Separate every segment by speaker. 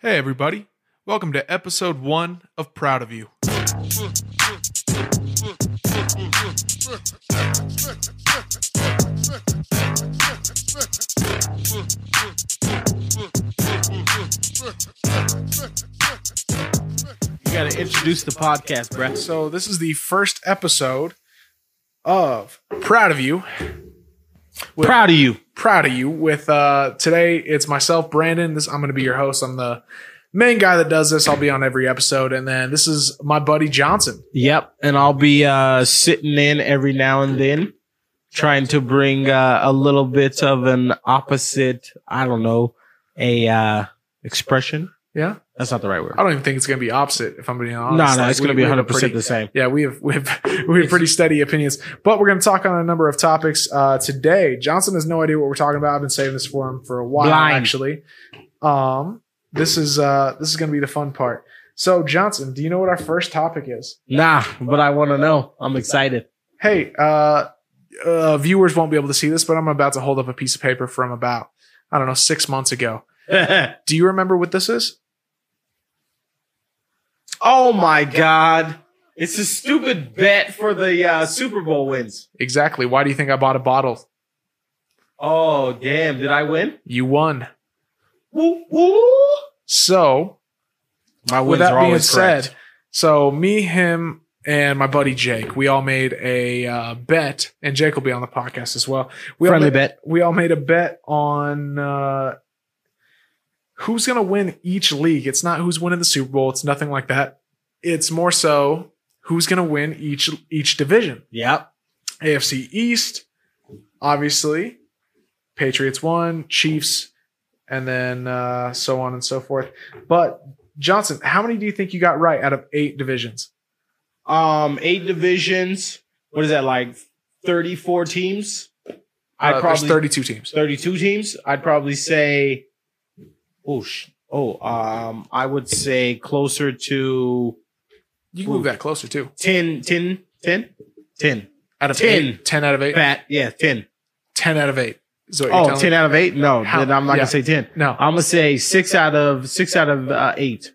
Speaker 1: Hey, everybody. Welcome to episode one of Proud of You.
Speaker 2: You gotta introduce the podcast, bruh.
Speaker 1: So, this is the first episode of Proud of You.
Speaker 2: Proud of you.
Speaker 1: Proud of You with uh, today. It's myself, Brandon. This I'm going to be your host. I'm the main guy that does this. I'll be on every episode, and then this is my buddy Johnson.
Speaker 2: Yep. And I'll be uh, sitting in every now and then, trying to bring uh, a little bit of an opposite, I don't know, a uh, expression.
Speaker 1: Yeah,
Speaker 2: That's not the right word.
Speaker 1: I don't even think it's going to be opposite. If I'm being
Speaker 2: No,
Speaker 1: honest,
Speaker 2: no,
Speaker 1: Like,
Speaker 2: it's going to
Speaker 1: we-
Speaker 2: be
Speaker 1: we have a
Speaker 2: 100%
Speaker 1: pretty-
Speaker 2: the same.
Speaker 1: Yeah, we have we have we have pretty steady opinions, but we're going to talk on a number of topics uh, today. Johnson has no idea what we're talking about. I've been saving this for him for a while,
Speaker 2: Blind.
Speaker 1: actually. Um, this is uh, this is going to be the fun part. So, Johnson, do you know what our first topic is?
Speaker 2: Nah, but I want to know. I'm excited.
Speaker 1: hey, uh, uh, viewers won't be able to see this, but I'm about to hold up a piece of paper from about, I don't know, six months ago. Do you remember what this is?
Speaker 2: oh my God. It's a stupid bet for the uh, Super Bowl wins.
Speaker 1: Exactly. Why do you think I bought a bottle?
Speaker 2: Oh, damn. Did I win?
Speaker 1: You won.
Speaker 2: Woo, woo.
Speaker 1: So,
Speaker 2: My wins
Speaker 1: with that
Speaker 2: are
Speaker 1: being
Speaker 2: always correct.
Speaker 1: said, so me, him, and my buddy Jake, we all made a uh, bet, and Jake will be on the podcast as well. We all
Speaker 2: friendly
Speaker 1: made,
Speaker 2: bet.
Speaker 1: we all made a bet on uh, who's going to win each league. It's not who's winning the Super Bowl. It's nothing like that. It's more so who's going to win each each division.
Speaker 2: Yep.
Speaker 1: AFC East, obviously, Patriots one, Chiefs, and then uh, so on and so forth. But Johnson, how many do you think you got right out of eight divisions?
Speaker 2: Um, eight divisions. What is that like? Thirty-four teams. I'd
Speaker 1: Uh,
Speaker 2: probably
Speaker 1: there's 32 teams.
Speaker 2: thirty-two teams. I'd probably say. Oh, sh- oh. Um, I would say closer to
Speaker 1: You can move that closer too.
Speaker 2: 10, 10, 10, 10.
Speaker 1: Out of
Speaker 2: 10.
Speaker 1: eight, 10 out of eight,
Speaker 2: Fat, yeah, ten.
Speaker 1: 10 out of eight. Is what you're
Speaker 2: Oh,
Speaker 1: telling
Speaker 2: 10
Speaker 1: me?
Speaker 2: out of eight. No,
Speaker 1: How-
Speaker 2: then I'm not
Speaker 1: yeah.
Speaker 2: gonna say ten.
Speaker 1: No,
Speaker 2: I'm gonna say six out of six out of uh, eight.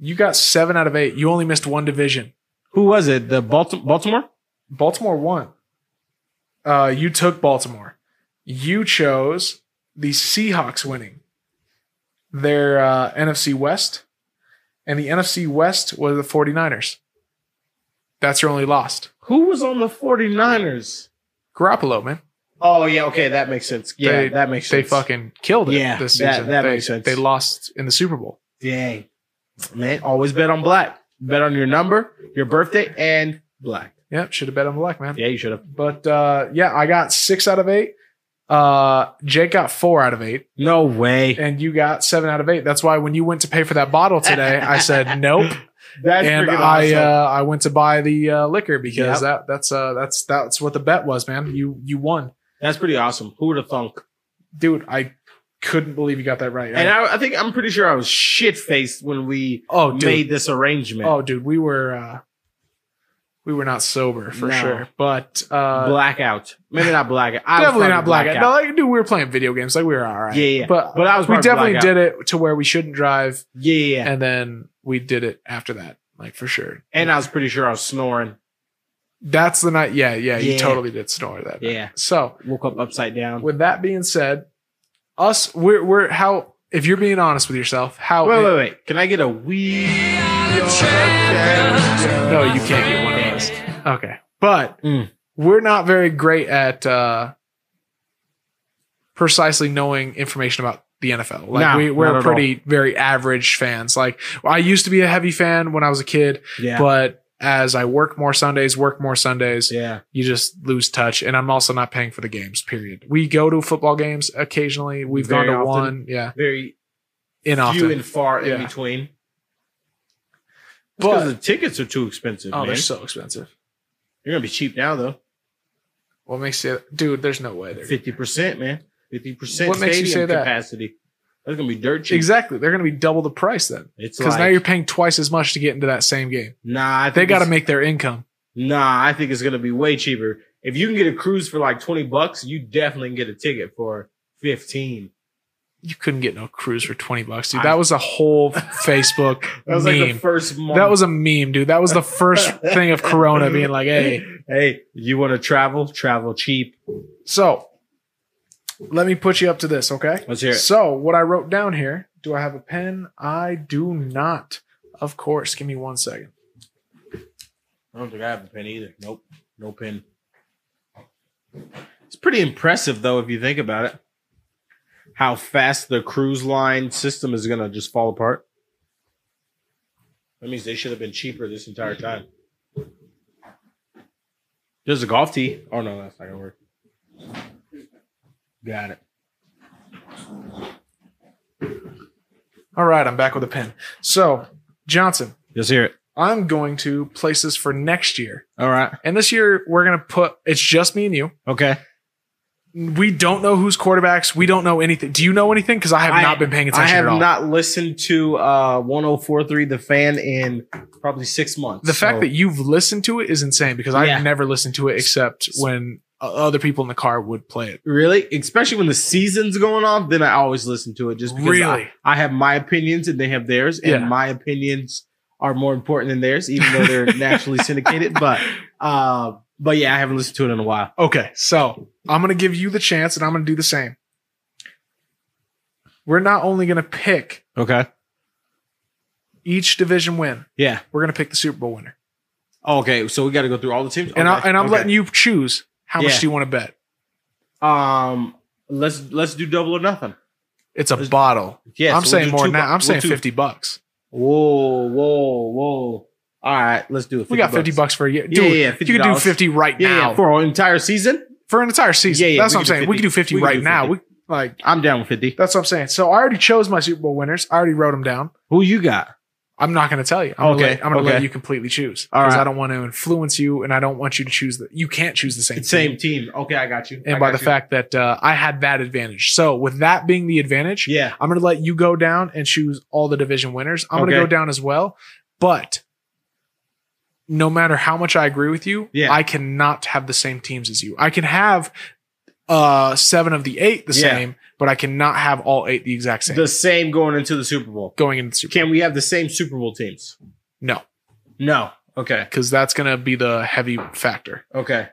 Speaker 1: You got seven out of eight. You only missed one division.
Speaker 2: Who was it? The Baltim- Baltimore.
Speaker 1: Baltimore won. Uh, you took Baltimore. You chose the Seahawks winning their uh, NFC West, and the NFC West was the 49ers. That's your only lost.
Speaker 2: Who was on the 49ers?
Speaker 1: Garoppolo, man.
Speaker 2: Oh yeah, okay, that makes sense. Yeah,
Speaker 1: They-
Speaker 2: that makes
Speaker 1: They
Speaker 2: sense.
Speaker 1: fucking killed it
Speaker 2: Yeah,
Speaker 1: this
Speaker 2: that-
Speaker 1: season.
Speaker 2: that
Speaker 1: they,
Speaker 2: makes sense.
Speaker 1: They lost in the Super Bowl.
Speaker 2: Dang. Man, always bet on black. Bet on your number, your birthday, and black.
Speaker 1: Yep, should have bet on black, man.
Speaker 2: Yeah, you should have.
Speaker 1: But uh, yeah, I got six out of eight. Uh, Jake got four out of eight.
Speaker 2: No way.
Speaker 1: and you got seven out of eight. That's why when you went to pay for that bottle today, I said nope,
Speaker 2: That's
Speaker 1: and
Speaker 2: freaking
Speaker 1: I
Speaker 2: awesome.
Speaker 1: uh, I went to buy the uh, liquor
Speaker 2: Yep.
Speaker 1: because that that's uh, that's that's what the bet was, man. You you won,
Speaker 2: That's pretty awesome. Who would have thunk?
Speaker 1: dude. I couldn't believe you got that right.
Speaker 2: And I, I think I'm pretty sure I was shit faced when we
Speaker 1: oh, dude.
Speaker 2: made this arrangement.
Speaker 1: oh, dude. We were uh, we were not sober for
Speaker 2: No.
Speaker 1: sure, but uh,
Speaker 2: blackout. Maybe not blackout. I was
Speaker 1: definitely
Speaker 2: probably
Speaker 1: not blackout. No, like, dude, we were playing video games. Like we were all right.
Speaker 2: Yeah, yeah.
Speaker 1: But
Speaker 2: But I was
Speaker 1: we
Speaker 2: probably
Speaker 1: definitely
Speaker 2: blackout.
Speaker 1: did it to where we shouldn't drive,
Speaker 2: Yeah, yeah. yeah. And,
Speaker 1: and then we did it after that, like for sure.
Speaker 2: I was pretty sure I was snoring.
Speaker 1: That's the night. Yeah, yeah,
Speaker 2: Yeah.
Speaker 1: You totally did snore that. night.
Speaker 2: Yeah.
Speaker 1: So
Speaker 2: Woke up upside down.
Speaker 1: with that being said, us we're we're how if you're being honest with yourself, how
Speaker 2: Wait, wait, wait. Can I get a wee?
Speaker 1: no, you can't get one of
Speaker 2: Damn
Speaker 1: those.
Speaker 2: it.
Speaker 1: Okay, but
Speaker 2: Mm.
Speaker 1: we're not very great at uh, precisely knowing information about the NFL. Like
Speaker 2: No,
Speaker 1: we,
Speaker 2: not
Speaker 1: we're
Speaker 2: at all.
Speaker 1: pretty very average fans. Like I used to be a heavy fan when I was a kid,
Speaker 2: Yeah.
Speaker 1: but as I work more Sundays, work more Sundays,
Speaker 2: yeah.
Speaker 1: you just lose touch. And I'm also not paying for the games. Period. We go to football games occasionally. We've
Speaker 2: Very
Speaker 1: gone to
Speaker 2: often.
Speaker 1: one. Yeah,
Speaker 2: Very
Speaker 1: in often.
Speaker 2: few and far in
Speaker 1: Yeah.
Speaker 2: between.
Speaker 1: But-
Speaker 2: Because the tickets are too expensive,
Speaker 1: Oh,
Speaker 2: man.
Speaker 1: they're so expensive.
Speaker 2: You're gonna be cheap now though.
Speaker 1: What makes you, dude? There's no way they're
Speaker 2: Fifty percent, man. Fifty percent
Speaker 1: What makes you say that?
Speaker 2: capacity. That's gonna be dirt cheap.
Speaker 1: exactly. They're going to be double the price then,
Speaker 2: It's
Speaker 1: because
Speaker 2: like,
Speaker 1: now you're paying twice as much to get into that same game.
Speaker 2: nah. I
Speaker 1: They
Speaker 2: think
Speaker 1: got to
Speaker 2: it's-
Speaker 1: make their income.
Speaker 2: Nah, I think it's gonna be way cheaper. If you can get a cruise for like twenty bucks, you definitely can get a ticket for fifteen.
Speaker 1: You couldn't get no cruise for 20 bucks, dude.
Speaker 2: I-
Speaker 1: That was a whole Facebook
Speaker 2: That was
Speaker 1: meme.
Speaker 2: like the first month.
Speaker 1: that was a meme, dude. That was the first thing of Corona being like, hey.
Speaker 2: hey, you want to travel? Travel cheap.
Speaker 1: So let me put you up to this, okay?
Speaker 2: Let's hear it.
Speaker 1: So what I wrote down here, do I have a pen? I do not. Of course. Give me one second.
Speaker 2: I don't think I have a pen either. Nope, no pen. It's pretty impressive though, if you think about it, how fast the cruise line system is gonna just fall apart. That means they should have been cheaper this entire time. There's a golf tee. Oh no, that's not gonna work. Got it.
Speaker 1: All right, I'm back with a pen. So, Johnson,
Speaker 2: Just hear it.
Speaker 1: I'm going to place this for next year.
Speaker 2: All right.
Speaker 1: And this year, we're going to put it's just me and you.
Speaker 2: Okay.
Speaker 1: We don't know who's quarterbacks. We don't know anything. Do you know anything? Because I have
Speaker 2: I-
Speaker 1: not been paying attention
Speaker 2: I have
Speaker 1: at all.
Speaker 2: not listened to uh 1043 the fan in probably six months.
Speaker 1: the fact
Speaker 2: so-
Speaker 1: that you've listened to it is insane because
Speaker 2: Yeah.
Speaker 1: I've never listened to it except when uh, other people in the car would play it.
Speaker 2: Really? Especially when the season's going off, then I always listen to it just because
Speaker 1: Really?
Speaker 2: I, I have my opinions and they have theirs, and
Speaker 1: Yeah.
Speaker 2: my opinions are more important than theirs, even though they're naturally syndicated. But uh but yeah, I haven't listened to it in a while.
Speaker 1: Okay, so I'm going to give you the chance and I'm going to do the same. We're not only going to pick
Speaker 2: Okay.
Speaker 1: each division win,
Speaker 2: Yeah. Oh,
Speaker 1: we're going to pick the Super Bowl winner.
Speaker 2: okay, so we gotta go through all the teams.
Speaker 1: And, I,
Speaker 2: Okay,
Speaker 1: and I'm
Speaker 2: okay.
Speaker 1: letting you choose how
Speaker 2: Yeah.
Speaker 1: much do you want to bet.
Speaker 2: um let's let's do double or nothing.
Speaker 1: It's a
Speaker 2: Let's-
Speaker 1: bottle.
Speaker 2: Yeah,
Speaker 1: I'm
Speaker 2: so we'll
Speaker 1: saying
Speaker 2: do
Speaker 1: more
Speaker 2: two
Speaker 1: now.
Speaker 2: bu-
Speaker 1: I'm saying
Speaker 2: we'll do-
Speaker 1: 50 bucks.
Speaker 2: Whoa, whoa, whoa. All right, let's do it.
Speaker 1: We got 50 bucks, for a year. Dude,
Speaker 2: Yeah, yeah, yeah,
Speaker 1: you can do
Speaker 2: $50.
Speaker 1: 50 right
Speaker 2: Yeah,
Speaker 1: now
Speaker 2: yeah, for an entire season.
Speaker 1: for an entire season.
Speaker 2: Yeah, yeah,
Speaker 1: that's
Speaker 2: we
Speaker 1: what I'm
Speaker 2: can do
Speaker 1: saying. We
Speaker 2: 50.
Speaker 1: can do 50
Speaker 2: We can
Speaker 1: right
Speaker 2: do
Speaker 1: now.
Speaker 2: 50.
Speaker 1: We like
Speaker 2: I'm down with 50.
Speaker 1: that's what I'm saying. So I already chose my Super Bowl winners. I already wrote them down.
Speaker 2: Who you got?
Speaker 1: I'm not going to tell you. I'm
Speaker 2: Okay,
Speaker 1: Gonna let, I'm going to
Speaker 2: okay.
Speaker 1: let you completely choose
Speaker 2: All
Speaker 1: because
Speaker 2: right.
Speaker 1: I don't want to influence you, and I don't want you to choose the. You can't choose the same.
Speaker 2: Same
Speaker 1: team.
Speaker 2: team. Okay, I got you. I
Speaker 1: And by
Speaker 2: got
Speaker 1: the
Speaker 2: you.
Speaker 1: fact that uh, I had that advantage. So with that being the advantage,
Speaker 2: yeah,
Speaker 1: I'm going to let you go down and choose all the division winners. I'm going
Speaker 2: Okay.
Speaker 1: to go down as well, but no matter how much I agree with you,
Speaker 2: Yeah.
Speaker 1: I cannot have the same teams as you. I can have uh seven of the eight the
Speaker 2: Yeah.
Speaker 1: same, but I cannot have all eight the exact same
Speaker 2: the same going into the Super Bowl.
Speaker 1: going into the Super.
Speaker 2: Can we have the same Super Bowl teams?
Speaker 1: No,
Speaker 2: No. Okay.
Speaker 1: because that's going to be the heavy factor.
Speaker 2: Okay.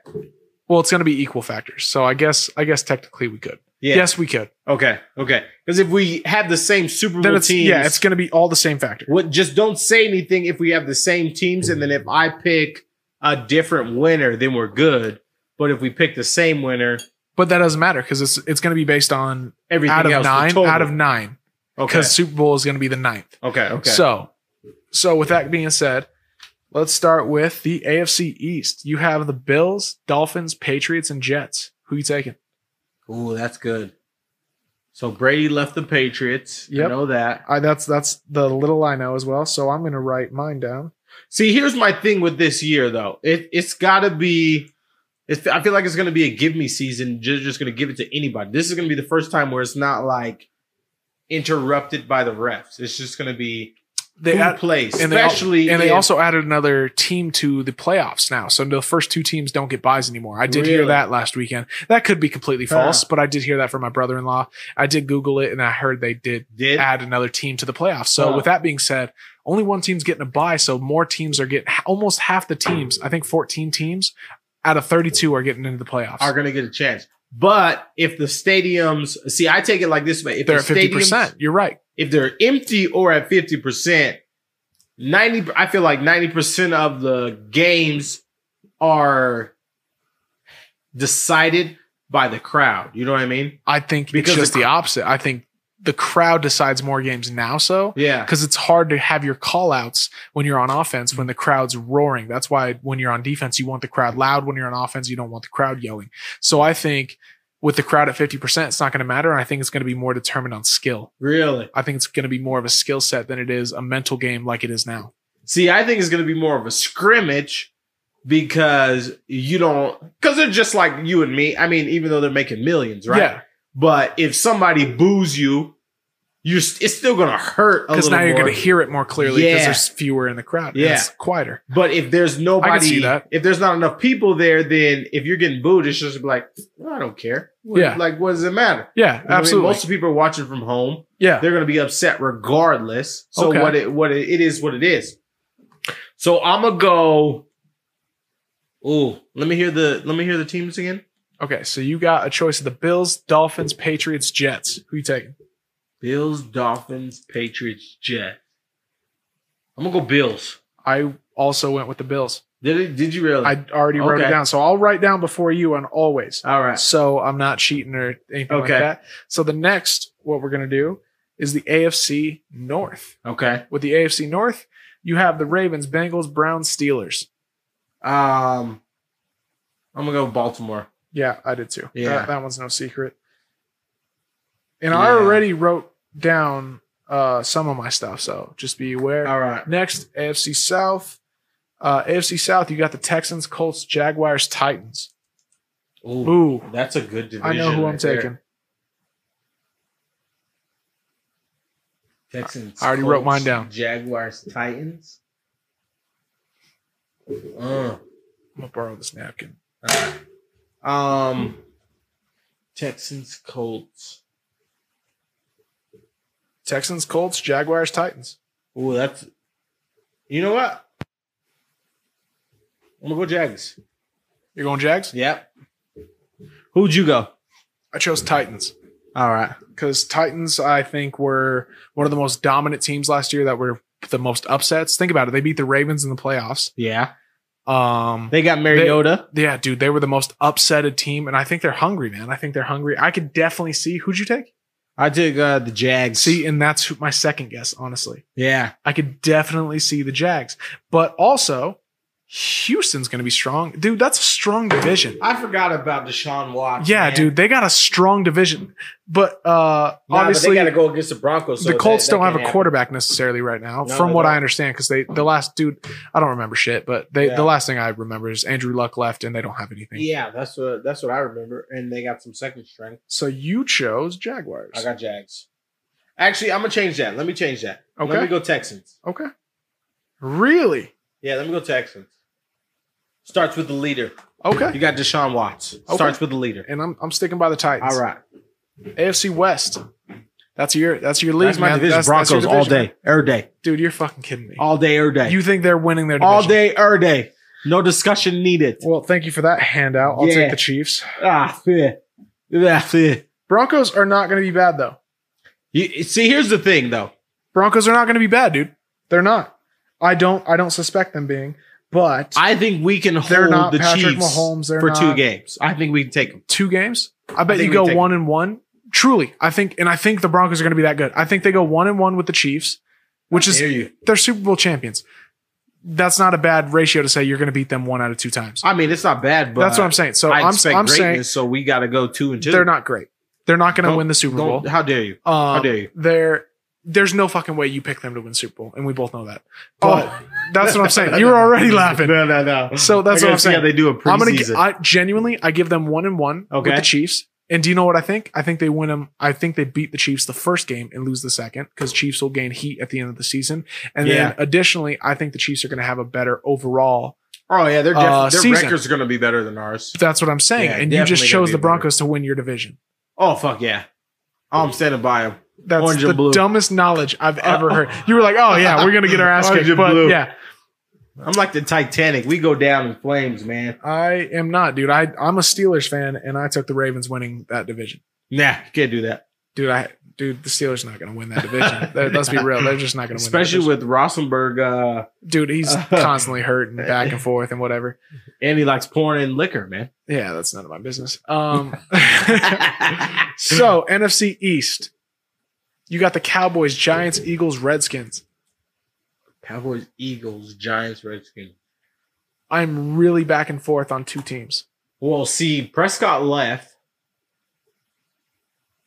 Speaker 1: Well, it's going to be equal factors. So I guess I guess technically we could.
Speaker 2: Yeah.
Speaker 1: Yes, we could.
Speaker 2: Okay. Okay. Because if we have the same Super
Speaker 1: Then
Speaker 2: Bowl
Speaker 1: it's
Speaker 2: teams,
Speaker 1: yeah, it's going to be all the same factor.
Speaker 2: what, just don't say anything if we have the same teams, and then if I pick a different winner, then we're good. But if we pick the same winner,
Speaker 1: But that doesn't matter because it's it's going to be based on
Speaker 2: everything
Speaker 1: out of
Speaker 2: else the
Speaker 1: nine
Speaker 2: total.
Speaker 1: out of nine.
Speaker 2: okay.
Speaker 1: because Super Bowl is going to be the ninth.
Speaker 2: Okay. Okay.
Speaker 1: So, so with that being said, let's start with the AFC East. You have the Bills, Dolphins, Patriots, and Jets. Who you taking?
Speaker 2: Ooh, that's good. So Brady left the Patriots. You
Speaker 1: Yep.
Speaker 2: know that.
Speaker 1: I, that's that's the little I know as well. So I'm going to write mine down.
Speaker 2: See, here's my thing with this year though. It it's got to be. It's, I feel like it's going to be a give me season. Just just going to give it to anybody. This is going to be the first time where it's not like interrupted by the refs. It's just going to be
Speaker 1: They
Speaker 2: who
Speaker 1: add,
Speaker 2: plays,
Speaker 1: and they al-
Speaker 2: especially
Speaker 1: and they
Speaker 2: if-
Speaker 1: also added another team to the playoffs now. So the first two teams don't get buys anymore. I did hear
Speaker 2: Really?
Speaker 1: that last weekend. That could be completely
Speaker 2: Huh.
Speaker 1: false, but I did hear that from my brother-in-law. I did Google it and I heard they did
Speaker 2: did.
Speaker 1: add another team to the playoffs. So
Speaker 2: Wow.
Speaker 1: with that being said, only one team's getting a bye, so more teams are getting almost half the teams. I think 14 teams out of 32 are getting into the playoffs.
Speaker 2: are going to get a chance. But if the stadiums, see, I take it like this way: if
Speaker 1: They're
Speaker 2: the
Speaker 1: at 50.
Speaker 2: stadiums-
Speaker 1: percent You're right.
Speaker 2: if they're empty or at 50%, 90 I feel like 90% of the games are decided by the crowd. You know what I mean?
Speaker 1: I think
Speaker 2: Because
Speaker 1: it's just
Speaker 2: the-
Speaker 1: the opposite. I think the crowd decides more games now, so
Speaker 2: Yeah.
Speaker 1: because it's hard to have your call outs when you're on offense when the crowd's roaring. That's why when you're on defense, you want the crowd loud. When you're on offense, you don't want the crowd yelling. So I think with the crowd at 50%, it's not going to matter. And I think it's going to be more determined on skill.
Speaker 2: Really?
Speaker 1: I think it's going to be more of a skill set than it is a mental game like it is now.
Speaker 2: See, I think it's going to be more of a scrimmage because you don't cuz they're just like you and me. I mean, even though they're making millions, right?
Speaker 1: Yeah.
Speaker 2: But if somebody boos you You're st- it's still gonna hurt a
Speaker 1: Because
Speaker 2: little
Speaker 1: now you're
Speaker 2: more.
Speaker 1: going to hear it more clearly because
Speaker 2: Yeah.
Speaker 1: there's fewer in the crowd. Yeah.
Speaker 2: Yeah.
Speaker 1: It's quieter.
Speaker 2: But if there's nobody,
Speaker 1: see that.
Speaker 2: if there's not enough people there, then if you're getting booed, it's just like "Well, I don't care. What-
Speaker 1: Yeah.
Speaker 2: like what does it matter?
Speaker 1: Yeah,
Speaker 2: You know what I mean?
Speaker 1: absolutely.
Speaker 2: most people are watching from home.
Speaker 1: yeah.
Speaker 2: They're gonna be upset regardless. So
Speaker 1: Okay.
Speaker 2: what it what it, it is what it is. So I'm gonna go. Ooh, let me hear the let me hear the teams again.
Speaker 1: Okay, so you got a choice of the Bills, Dolphins, Patriots, Jets. Who you taking?
Speaker 2: Bills, Dolphins, Patriots, Jets. I'm gonna go Bills.
Speaker 1: I also went with the Bills.
Speaker 2: Did it, did you really?
Speaker 1: I already wrote it
Speaker 2: Okay.
Speaker 1: down. So I'll write down before you on always.
Speaker 2: All right.
Speaker 1: So I'm not cheating or anything
Speaker 2: Okay.
Speaker 1: like that. So the next, what we're going to do is the AFC North.
Speaker 2: Okay.
Speaker 1: With the AFC North, you have the Ravens, Bengals, Browns, Steelers.
Speaker 2: Um, I'm gonna go Baltimore.
Speaker 1: Yeah, I did too.
Speaker 2: Yeah.
Speaker 1: That, that one's no secret. And I
Speaker 2: Yeah.
Speaker 1: already wrote down uh, some of my stuff. So just be aware.
Speaker 2: All right.
Speaker 1: Next, AFC South. Uh, AFC South, you got the Texans, Colts, Jaguars, Titans.
Speaker 2: Ooh,
Speaker 1: Ooh,
Speaker 2: that's a good division.
Speaker 1: I know who I'm
Speaker 2: right there.
Speaker 1: taking.
Speaker 2: Texans.
Speaker 1: I already wrote mine down.
Speaker 2: Jaguars. Titans. Uh,
Speaker 1: I'm gonna borrow this napkin.
Speaker 2: um, Texans. Colts.
Speaker 1: Texans, Colts, Jaguars, Titans.
Speaker 2: Ooh, that's. You know what? I'm gonna go Jags.
Speaker 1: You're going Jags?
Speaker 2: Yep. Who'd you go?
Speaker 1: I chose Titans
Speaker 2: All right.
Speaker 1: because Titans, I think, were one of the most dominant teams last year that were the most upsets. Think about it. They beat the Ravens in the playoffs.
Speaker 2: Yeah.
Speaker 1: Um,
Speaker 2: They got Mariota.
Speaker 1: yeah, dude, they were the most upsetted team, and I think they're hungry, man. I think they're hungry. I could definitely see who'd you take?
Speaker 2: I took uh, the Jags.
Speaker 1: See, and that's who, my second guess, honestly.
Speaker 2: Yeah.
Speaker 1: I could definitely see the Jags, but also Houston's going to be strong, dude. That's a strong division.
Speaker 2: I forgot about Deshaun Watson.
Speaker 1: Yeah,
Speaker 2: man.
Speaker 1: dude, they got a strong division, but uh,
Speaker 2: Nah, but
Speaker 1: obviously
Speaker 2: they got to go against the Broncos. so
Speaker 1: the Colts
Speaker 2: that- that
Speaker 1: don't have
Speaker 2: can't
Speaker 1: a
Speaker 2: happen.
Speaker 1: quarterback necessarily right now,
Speaker 2: No,
Speaker 1: from
Speaker 2: they
Speaker 1: what I
Speaker 2: don't.
Speaker 1: understand. Because they the last dude, I don't remember shit, but they
Speaker 2: Yeah.
Speaker 1: the last thing I remember is Andrew Luck left, and they don't have anything.
Speaker 2: Yeah, that's what that's what I remember. And they got some second string.
Speaker 1: So you chose Jaguars.
Speaker 2: I got Jags. Actually, I'm gonna change that. Let me change that.
Speaker 1: Okay.
Speaker 2: Let me go Texans.
Speaker 1: okay, really?
Speaker 2: Yeah, let me go Texans. Starts with the leader.
Speaker 1: Okay,
Speaker 2: You got Deshaun Watts. Starts with the leader.
Speaker 1: and I'm I'm sticking by the Titans.
Speaker 2: All right.
Speaker 1: AFC West. That's your that's your league,
Speaker 2: That's my
Speaker 1: man.
Speaker 2: division.
Speaker 1: That's- that's your
Speaker 2: Broncos all
Speaker 1: division.
Speaker 2: day, every day,
Speaker 1: dude. You're fucking kidding me.
Speaker 2: all day, every day,
Speaker 1: You think they're winning their division?
Speaker 2: all day, every day. No discussion needed.
Speaker 1: Well, thank you for that handout. I'll
Speaker 2: Yeah.
Speaker 1: take the Chiefs.
Speaker 2: Ah, fair. Ah, fair.
Speaker 1: Broncos are not going to be bad though.
Speaker 2: You, see, here's the thing, though.
Speaker 1: Broncos are not going to be bad, dude. They're not. I don't. I don't suspect them being. But
Speaker 2: I think we can hold
Speaker 1: they're not
Speaker 2: the
Speaker 1: Patrick
Speaker 2: Chiefs
Speaker 1: Mahomes. They're
Speaker 2: for two
Speaker 1: not-
Speaker 2: games. I think we can take them.
Speaker 1: Two games. I bet
Speaker 2: think
Speaker 1: you go
Speaker 2: we take
Speaker 1: one and one. Truly, I think, and I think the Broncos are going to be that good. I think they go one and one with the Chiefs, which is
Speaker 2: Hear you.
Speaker 1: they're Super Bowl champions. That's not a bad ratio to say you're going to beat them one out of two times.
Speaker 2: I mean, it's not bad, but
Speaker 1: That's what I'm saying. So
Speaker 2: I
Speaker 1: I'm,
Speaker 2: expect
Speaker 1: I'm saying
Speaker 2: greatness, so we got to go two and 2
Speaker 1: they're not great. They're not going to
Speaker 2: Don't-
Speaker 1: win the Super Bowl.
Speaker 2: Don't, how dare you?
Speaker 1: Um,
Speaker 2: How dare you?
Speaker 1: There, there's no fucking way you pick them to win Super Bowl, and we both know that. But
Speaker 2: Oh.
Speaker 1: that's what I'm saying. You're already laughing.
Speaker 2: No, no, no.
Speaker 1: So that's what
Speaker 2: I gotta
Speaker 1: I'm
Speaker 2: see
Speaker 1: saying.
Speaker 2: How they do a preseason?
Speaker 1: I'm gonna gi- I, genuinely. I give them one and one
Speaker 2: Okay.
Speaker 1: with the Chiefs. And do you know what I think? I think they win them. I think they beat the Chiefs the first game and lose the second because Chiefs will gain heat at the end of the season. And
Speaker 2: Yeah.
Speaker 1: then additionally, I think the Chiefs are going to have a better overall.
Speaker 2: oh yeah, they're
Speaker 1: uh,
Speaker 2: definitely their
Speaker 1: season.
Speaker 2: records are gonna be better than ours.
Speaker 1: That's what I'm saying.
Speaker 2: Yeah,
Speaker 1: and you just
Speaker 2: definitely gonna
Speaker 1: chose
Speaker 2: be
Speaker 1: the
Speaker 2: better.
Speaker 1: Broncos to win your division.
Speaker 2: Oh fuck yeah! I'm standing by them.
Speaker 1: That's
Speaker 2: Orange and
Speaker 1: the
Speaker 2: blue.
Speaker 1: dumbest knowledge I've ever
Speaker 2: Uh,
Speaker 1: heard. You were like, "Oh yeah, we're gonna get our ass
Speaker 2: Orange
Speaker 1: kicked,"
Speaker 2: and
Speaker 1: but
Speaker 2: blue.
Speaker 1: yeah,
Speaker 2: I'm like the Titanic. We go down in flames, man.
Speaker 1: I am not, dude. I I'm a Steelers fan, and I took the Ravens winning that division,
Speaker 2: Nah, you can't do that.
Speaker 1: dude. I dude, the Steelers not gonna win that division. That- Let's be real, they're just not gonna win.
Speaker 2: Especially
Speaker 1: that
Speaker 2: with Rossenberg, uh,
Speaker 1: division. dude, he's
Speaker 2: Uh,
Speaker 1: constantly hurting back and forth and whatever.
Speaker 2: and he likes pouring in liquor, man.
Speaker 1: Yeah, that's none of my business. Um, so NFC East, you got the Cowboys, Giants, Eagles, Redskins.
Speaker 2: Cowboys, Eagles, Giants, Redskins.
Speaker 1: I'm really back and forth on two teams.
Speaker 2: Well, see, Prescott left.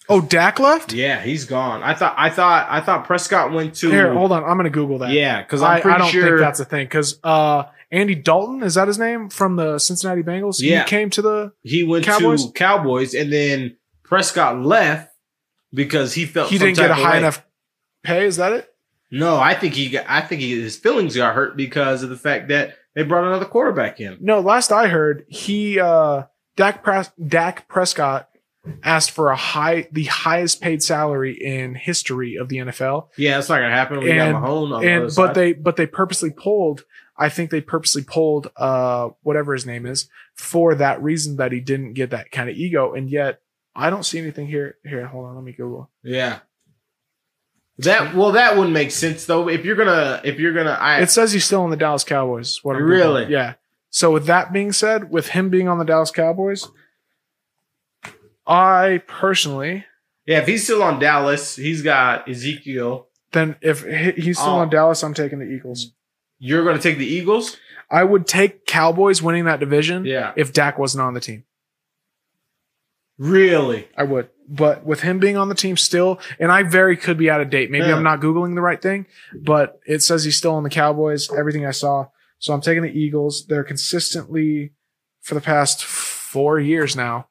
Speaker 1: Oh, Dak left.
Speaker 2: Yeah, he's gone. I thought, I thought, I thought Prescott went to.
Speaker 1: Here, hold on. I'm gonna Google that.
Speaker 2: yeah, because
Speaker 1: I,
Speaker 2: I'm pretty
Speaker 1: I don't
Speaker 2: sure.
Speaker 1: think that's a thing because uh, Andy Dalton is that his name from the Cincinnati Bengals?
Speaker 2: Yeah.
Speaker 1: he came to the
Speaker 2: he went
Speaker 1: Cowboys?
Speaker 2: to Cowboys, and then Prescott left, because he felt
Speaker 1: He
Speaker 2: some
Speaker 1: didn't get a
Speaker 2: type of
Speaker 1: high
Speaker 2: way.
Speaker 1: enough pay. Is that it?
Speaker 2: No, I think he got. I think he, his feelings got hurt because of the fact that they brought another quarterback in.
Speaker 1: No. Last I heard, he uh, Dak, Pres- Dak Prescott asked for a high, the highest paid salary in history of the NFL,
Speaker 2: Yeah, that's not gonna happen. We
Speaker 1: And-
Speaker 2: got Mahone on the
Speaker 1: and
Speaker 2: other
Speaker 1: but
Speaker 2: side.
Speaker 1: they but they purposely pulled. I think they purposely pulled uh, whatever his name is for that reason that he didn't get that kind of ego, and yet I don't see anything here. Here, hold on, let me Google.
Speaker 2: yeah. That well, that wouldn't make sense though. If you're gonna, if you're gonna, I
Speaker 1: It says he's still on the Dallas Cowboys. is What I'm
Speaker 2: Really?
Speaker 1: Googling. Yeah. So with that being said, with him being on the Dallas Cowboys, I personally
Speaker 2: yeah, if he's still on Dallas, he's got Ezekiel.
Speaker 1: then if he- he's still
Speaker 2: Oh.
Speaker 1: on Dallas, I'm taking the Eagles.
Speaker 2: You're gonna take the Eagles.
Speaker 1: I would take Cowboys winning that division
Speaker 2: Yeah,
Speaker 1: if Dak wasn't on the team.
Speaker 2: really.
Speaker 1: I would. But with him being on the team still, and I very could be out of date. Maybe
Speaker 2: Yeah.
Speaker 1: I'm not Googling the right thing, but it says he's still on the Cowboys, everything I saw. So I'm taking the Eagles. They're consistently, for the past four years now,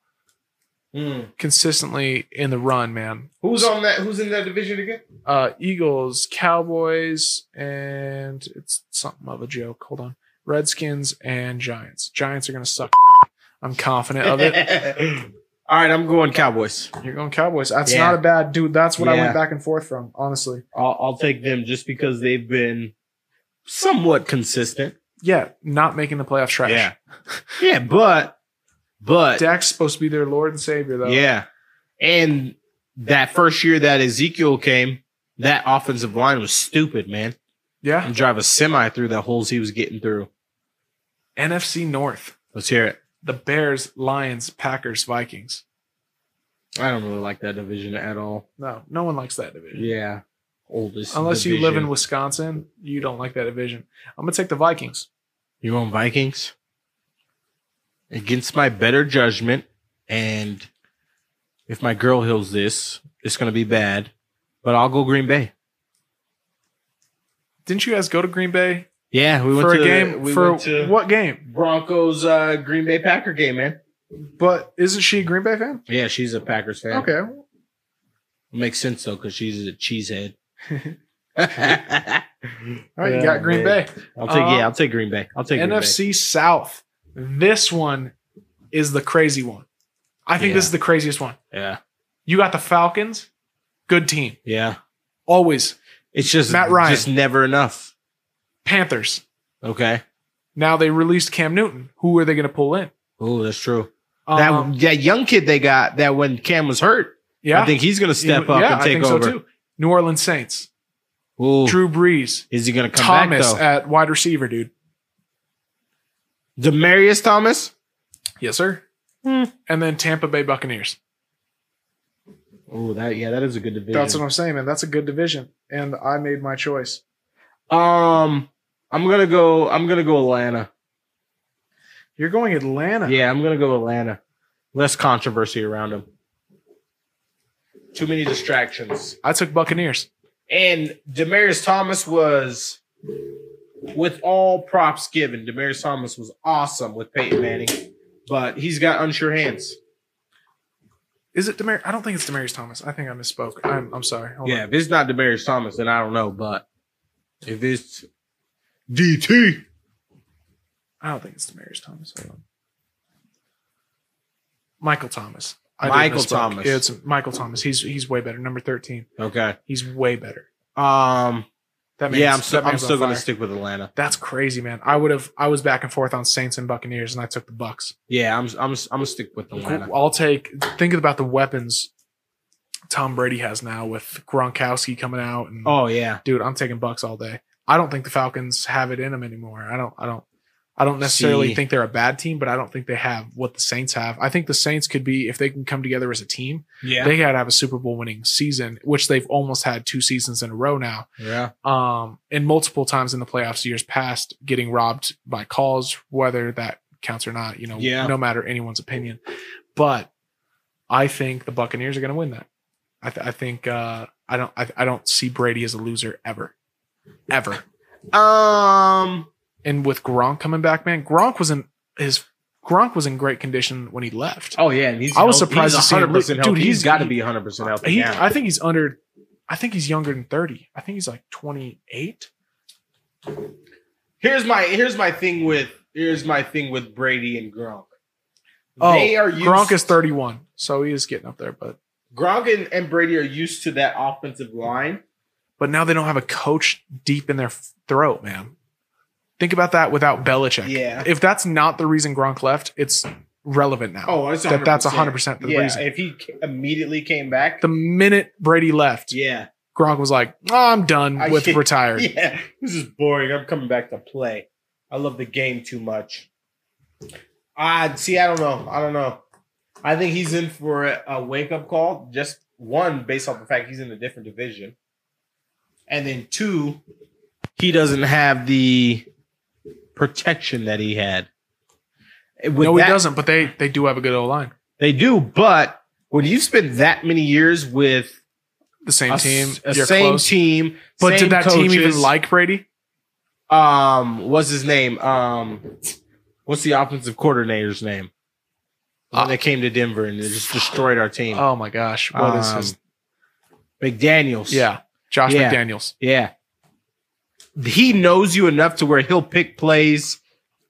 Speaker 2: Hmm.
Speaker 1: consistently in the run, man.
Speaker 2: Who's on that? Who's in that division again?
Speaker 1: Uh, Eagles, Cowboys, and it's something of a joke. Hold on. Redskins and Giants. Giants are going to suck. I'm confident of it.
Speaker 2: All right, I'm going Cowboys.
Speaker 1: You're going Cowboys. That's
Speaker 2: Yeah.
Speaker 1: not a bad dude. That's what I
Speaker 2: Yeah.
Speaker 1: went back and forth from, honestly.
Speaker 2: I'll, I'll take them just because they've been somewhat consistent.
Speaker 1: Yeah, not making the playoffs trash.
Speaker 2: Yeah, yeah, but but
Speaker 1: Dak's supposed to be their Lord and Savior, though.
Speaker 2: yeah, and that first year that Ezekiel came, that offensive line was stupid, man.
Speaker 1: Yeah.
Speaker 2: And drive a semi through the holes he was getting through.
Speaker 1: NFC North.
Speaker 2: Let's hear it.
Speaker 1: The Bears, Lions, Packers, Vikings.
Speaker 2: I don't really like that division at all.
Speaker 1: No, no one likes that division.
Speaker 2: Yeah, oldest.
Speaker 1: Unless you live in
Speaker 2: division.
Speaker 1: Wisconsin, you don't like that division. I'm gonna take the Vikings.
Speaker 2: you own Vikings against my better judgment, and if my girl heals this, it's gonna be bad. But I'll go Green Bay.
Speaker 1: Didn't you guys go to Green Bay
Speaker 2: Yeah, we went
Speaker 1: for
Speaker 2: to
Speaker 1: a game?
Speaker 2: We
Speaker 1: for
Speaker 2: went to
Speaker 1: what game?
Speaker 2: Broncos uh, Green Bay Packer game, man.
Speaker 1: But isn't she a Green Bay fan?
Speaker 2: Yeah, she's a Packers fan.
Speaker 1: Okay.
Speaker 2: makes sense though because she's a cheesehead.
Speaker 1: All right, you got Green Bay.
Speaker 2: I'll take yeah,
Speaker 1: Um,
Speaker 2: I'll take Green Bay. I'll take
Speaker 1: NFC South. This one is the crazy one. I think this
Speaker 2: Yeah.
Speaker 1: is the craziest one.
Speaker 2: Green Bay. Yeah,
Speaker 1: You got the Falcons, good team.
Speaker 2: yeah.
Speaker 1: Always.
Speaker 2: It's just
Speaker 1: Matt Ryan.
Speaker 2: just never enough.
Speaker 1: Panthers.
Speaker 2: Okay.
Speaker 1: Now they released Cam Newton. Who are they going to pull in?
Speaker 2: Oh, that's true.
Speaker 1: Um,
Speaker 2: that that young kid they got that when Cam was hurt,
Speaker 1: yeah.
Speaker 2: I think he's gonna step up
Speaker 1: Yeah,
Speaker 2: and take over.
Speaker 1: New Orleans Saints.
Speaker 2: Ooh,
Speaker 1: Drew Brees.
Speaker 2: is he gonna come
Speaker 1: Thomas
Speaker 2: back though?
Speaker 1: at wide receiver, dude.
Speaker 2: Demarius Thomas.
Speaker 1: Yes, sir.
Speaker 2: Hmm.
Speaker 1: And then Tampa Bay Buccaneers.
Speaker 2: Oh, that yeah, that is a good division.
Speaker 1: That's what I'm saying, man. That's a good division. And I made my choice.
Speaker 2: um, I'm gonna go. I'm gonna go Atlanta.
Speaker 1: You're going Atlanta.
Speaker 2: Yeah, I'm gonna go Atlanta. Less controversy around them. Too many distractions.
Speaker 1: I took Buccaneers.
Speaker 2: And Demarius Thomas was, with all props given, Demarius Thomas was awesome with Peyton Manning, but he's got unsure hands.
Speaker 1: Is it Demar? I don't think it's Demarius Thomas. I think I misspoke. I'm, I'm sorry. Hold
Speaker 2: yeah,
Speaker 1: on.
Speaker 2: if it's not Demarius Thomas, then I don't know. But if it's DT,
Speaker 1: I don't think it's Demarius Thomas. Hold on. Michael Thomas. I did
Speaker 2: Michael
Speaker 1: misspoke.
Speaker 2: Thomas.
Speaker 1: Yeah, it's Michael Thomas. He's he's way better. Number thirteen.
Speaker 2: okay.
Speaker 1: He's way better.
Speaker 2: Um,
Speaker 1: That means
Speaker 2: yeah, I'm still
Speaker 1: that
Speaker 2: I'm
Speaker 1: man's on
Speaker 2: still gonna
Speaker 1: fire.
Speaker 2: stick with Atlanta.
Speaker 1: That's crazy, man. I would have. I was back and forth on Saints and Buccaneers, and I took the Bucks.
Speaker 2: Yeah, I'm I'm I'm gonna stick with Atlanta.
Speaker 1: I'll take. Think about the weapons Tom Brady has now with Gronkowski coming out, and
Speaker 2: Oh yeah,
Speaker 1: dude, I'm taking Bucks all day. I don't think the Falcons have it in them anymore. I don't. I don't. I don't necessarily
Speaker 2: See.
Speaker 1: think they're a bad team, but I don't think they have what the Saints have. I think the Saints could be if they can come together as a team,
Speaker 2: yeah,
Speaker 1: they gotta have a Super Bowl winning season, which they've almost had two seasons in a row now.
Speaker 2: yeah.
Speaker 1: um, and multiple times in the playoffs years past, getting robbed by calls, whether that counts or not, you know,
Speaker 2: Yeah.
Speaker 1: no matter anyone's opinion. But I think the Buccaneers are going to win that. I, th- I think uh, I don't. I, I don't see Brady as a loser ever, ever.
Speaker 2: Um,
Speaker 1: And with Gronk coming back, man, Gronk was in his Gronk was in great condition when he left.
Speaker 2: Oh yeah, and he's
Speaker 1: I was
Speaker 2: healthy.
Speaker 1: surprised to
Speaker 2: he's
Speaker 1: see him
Speaker 2: 100
Speaker 1: lose.
Speaker 2: percent healthy.
Speaker 1: Dude,
Speaker 2: he's
Speaker 1: he's-
Speaker 2: got to
Speaker 1: he-
Speaker 2: be 100 percent healthy.
Speaker 1: He,
Speaker 2: now.
Speaker 1: I think he's under. I think he's younger than thirty. I think he's like twenty eight.
Speaker 2: here's my here's my thing with here's my thing with Brady and Gronk.
Speaker 1: Oh,
Speaker 2: they are used,
Speaker 1: Gronk is thirty one, so he is getting up there. But
Speaker 2: Gronk and, and Brady are used to that offensive line.
Speaker 1: but now they don't have a coach deep in their f- throat, man. Think about that without Belichick.
Speaker 2: Yeah.
Speaker 1: If that's not the reason Gronk left, it's relevant now.
Speaker 2: Oh, it's
Speaker 1: that that's hundred percent the
Speaker 2: Yeah,
Speaker 1: reason.
Speaker 2: if he ca- immediately came back,
Speaker 1: The minute Brady left,
Speaker 2: yeah,
Speaker 1: Gronk was like, "Oh, "I'm done
Speaker 2: I-
Speaker 1: with retired."
Speaker 2: yeah, this is boring. I'm coming back to play. I love the game too much. I see. I don't know. I don't know. I think he's in for a, a wake up call. Just one, based off the fact he's in a different division, and then two, he doesn't have the protection that he had. With
Speaker 1: no,
Speaker 2: that-
Speaker 1: he doesn't. But they they do have a good O line.
Speaker 2: They do, but when you spend that many years with
Speaker 1: The same
Speaker 2: a s-
Speaker 1: team,
Speaker 2: a
Speaker 1: you're
Speaker 2: same
Speaker 1: close.
Speaker 2: team,
Speaker 1: but
Speaker 2: same
Speaker 1: did that team even
Speaker 2: coaches,
Speaker 1: like Brady?
Speaker 2: Um, what's his name? Um, what's the offensive coordinator's name? When
Speaker 1: Uh,
Speaker 2: they came to Denver and they just destroyed our team.
Speaker 1: Oh my gosh, what is his?
Speaker 2: Um, McDaniel's?
Speaker 1: Yeah, Josh
Speaker 2: yeah.
Speaker 1: McDaniels.
Speaker 2: yeah. He knows you enough to where he'll pick plays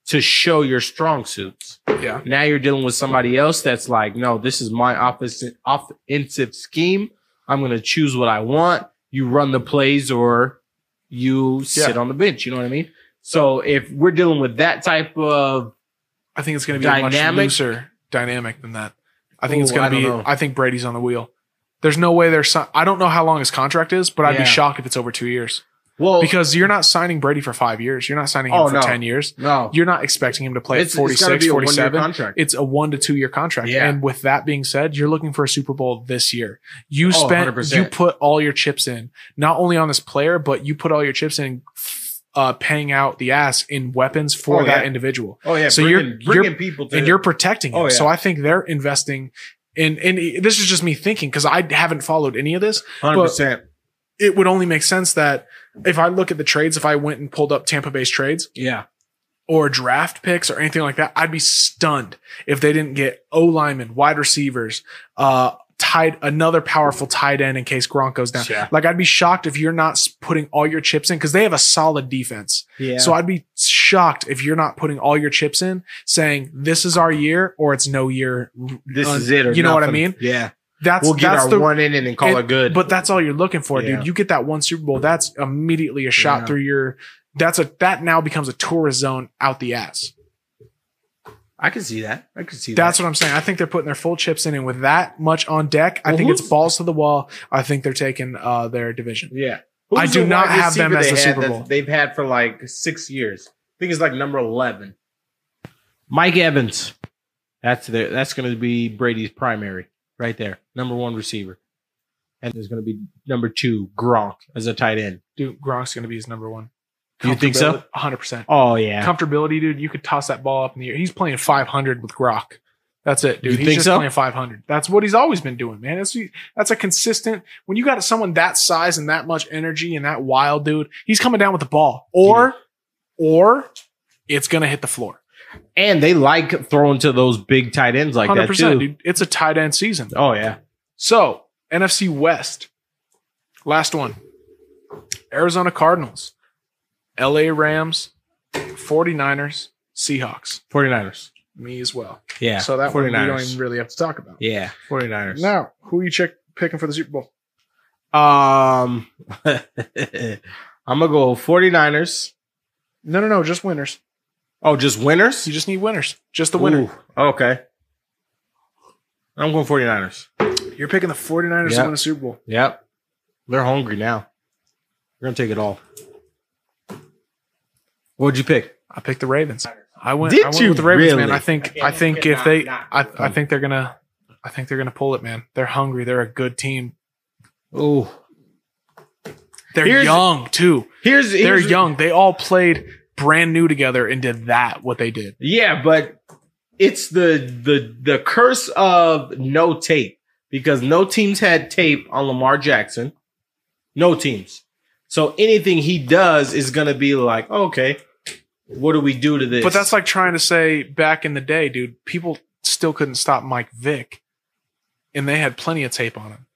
Speaker 2: to show your strong suits.
Speaker 1: Yeah,
Speaker 2: Now you're dealing with somebody else that's like, no, this is my office offensive scheme. I'm going to choose what I want. You run the plays or you sit
Speaker 1: Yeah.
Speaker 2: on the bench. You know what I mean? So if we're dealing with that type of,
Speaker 1: I think it's going to be a much
Speaker 2: Dynamic?
Speaker 1: looser dynamic than that. I think it's
Speaker 2: Ooh,
Speaker 1: going
Speaker 2: I
Speaker 1: to
Speaker 2: don't
Speaker 1: be.
Speaker 2: know.
Speaker 1: I think Brady's on the wheel. There's no way there's. si- I don't know how long his contract is, but I'd
Speaker 2: Yeah.
Speaker 1: be shocked if it's over two years
Speaker 2: well,
Speaker 1: because you're not signing Brady for five years. You're not signing him
Speaker 2: Oh,
Speaker 1: for
Speaker 2: no.
Speaker 1: ten years.
Speaker 2: no,
Speaker 1: You're not expecting him to play at
Speaker 2: it's, it's
Speaker 1: 46,
Speaker 2: got to be a one-year
Speaker 1: 47.
Speaker 2: contract.
Speaker 1: it's a one to two year contract.
Speaker 2: Yeah.
Speaker 1: And with that being said, you're looking for a Super Bowl this year. You
Speaker 2: Oh,
Speaker 1: spent,
Speaker 2: 100%.
Speaker 1: you put all your chips in, not only on this player, but you put all your chips in uh, paying out the ass in weapons for
Speaker 2: Oh,
Speaker 1: that
Speaker 2: yeah.
Speaker 1: individual.
Speaker 2: oh yeah,
Speaker 1: so
Speaker 2: bringing,
Speaker 1: you're-
Speaker 2: bringing
Speaker 1: you're-
Speaker 2: people to
Speaker 1: And you're protecting him.
Speaker 2: Oh, yeah.
Speaker 1: So I think they're investing in, and this is just me thinking because I haven't followed any of this.
Speaker 2: 100%.
Speaker 1: It would only make sense that if I look at the trades, if I went and pulled up Tampa Bay's trades,
Speaker 2: yeah,
Speaker 1: or draft picks or anything like that, I'd be stunned if they didn't get O linemen, wide receivers, uh, tied another powerful tight end in case Gronk goes down.
Speaker 2: Yeah.
Speaker 1: Like I'd be shocked if you're not s- putting all your chips in because they have a solid defense.
Speaker 2: yeah.
Speaker 1: So I'd be shocked if you're not putting all your chips in, saying this is our year or it's no year.
Speaker 2: this
Speaker 1: uh,
Speaker 2: is it. Or
Speaker 1: you know what I
Speaker 2: nothing.
Speaker 1: mean?
Speaker 2: Yeah,
Speaker 1: That's
Speaker 2: we'll get
Speaker 1: that's
Speaker 2: our
Speaker 1: the
Speaker 2: one in and then call
Speaker 1: and-
Speaker 2: it good.
Speaker 1: but that's all you're looking for,
Speaker 2: Yeah.
Speaker 1: dude. You get that one Super Bowl, that's immediately a shot
Speaker 2: Yeah.
Speaker 1: through your. That's a that now becomes a tourist zone out the ass.
Speaker 2: I can see that. I can see
Speaker 1: That's
Speaker 2: that.
Speaker 1: what I'm saying. I think they're putting their full chips in, and with that much on deck, I
Speaker 2: Well,
Speaker 1: think it's
Speaker 2: who's-
Speaker 1: balls to the wall. I think they're taking uh, their division.
Speaker 2: Yeah.
Speaker 1: I do
Speaker 2: the
Speaker 1: not
Speaker 2: wide
Speaker 1: have them
Speaker 2: receiver
Speaker 1: as
Speaker 2: they
Speaker 1: the
Speaker 2: had
Speaker 1: Super
Speaker 2: that
Speaker 1: Bowl.
Speaker 2: They've had for like six years. I think it's like number eleven. Mike Evans. That's their that's gonna be Brady's primary right there. Number one receiver. And there's gonna be number two, Gronk as a tight end.
Speaker 1: Dude, Gronk's going to be his number one.
Speaker 2: You think so?
Speaker 1: 100. percent
Speaker 2: Oh yeah.
Speaker 1: Comfortability, dude. You could toss that ball up in the air. He's playing 500 with Gronk. That's it, dude.
Speaker 2: You
Speaker 1: he's
Speaker 2: think
Speaker 1: just
Speaker 2: so?
Speaker 1: playing 500. That's what he's always been doing, man. That's that's a consistent. When you got someone that size and that much energy and that wild, dude, he's coming down with the ball, or
Speaker 2: Mm-hmm.
Speaker 1: or it's going to hit the floor.
Speaker 2: And they like throwing to those big tight ends like that
Speaker 1: 100,
Speaker 2: too.
Speaker 1: percent dude. It's a tight end season.
Speaker 2: Oh yeah.
Speaker 1: So, NFC West. Last one. Arizona Cardinals, LA Rams, 49ers, Seahawks.
Speaker 2: 49ers.
Speaker 1: Me as well.
Speaker 2: Yeah.
Speaker 1: so that one we
Speaker 2: 49ers.
Speaker 1: don't even really have to talk about.
Speaker 2: yeah. 49ers.
Speaker 1: Now, who are you check, picking for the Super Bowl?
Speaker 2: Um I'm gonna go 49ers.
Speaker 1: No, no, no, just winners.
Speaker 2: Oh, just winners?
Speaker 1: You just need winners. Just the winner.
Speaker 2: Ooh, okay. I'm going 49ers.
Speaker 1: You're picking the 49ers
Speaker 2: Yeah.
Speaker 1: to win the Super Bowl.
Speaker 2: Yep. They're hungry now. They're going to take it all. What'd you pick?
Speaker 1: I picked the Ravens. I went,
Speaker 2: Did
Speaker 1: I went
Speaker 2: you
Speaker 1: with the Ravens, man.
Speaker 2: really?
Speaker 1: I think I,
Speaker 2: I
Speaker 1: think if
Speaker 2: cannot
Speaker 1: they
Speaker 2: not
Speaker 1: I, I think they're gonna I think they're gonna pull it, man. They're hungry. They're a good team.
Speaker 2: Oh,
Speaker 1: They're
Speaker 2: Here's-
Speaker 1: young too.
Speaker 2: here's,
Speaker 1: they're
Speaker 2: here's-
Speaker 1: young. They all played brand new together and did that what they did.
Speaker 2: Yeah, but it's the the the curse of no tape because no teams had tape on Lamar Jackson. No teams. So anything he does is going to be like, okay, What do we do to this?
Speaker 1: But that's like trying to say back in the day, dude, people still couldn't stop Mike Vick, and they had plenty of tape on him.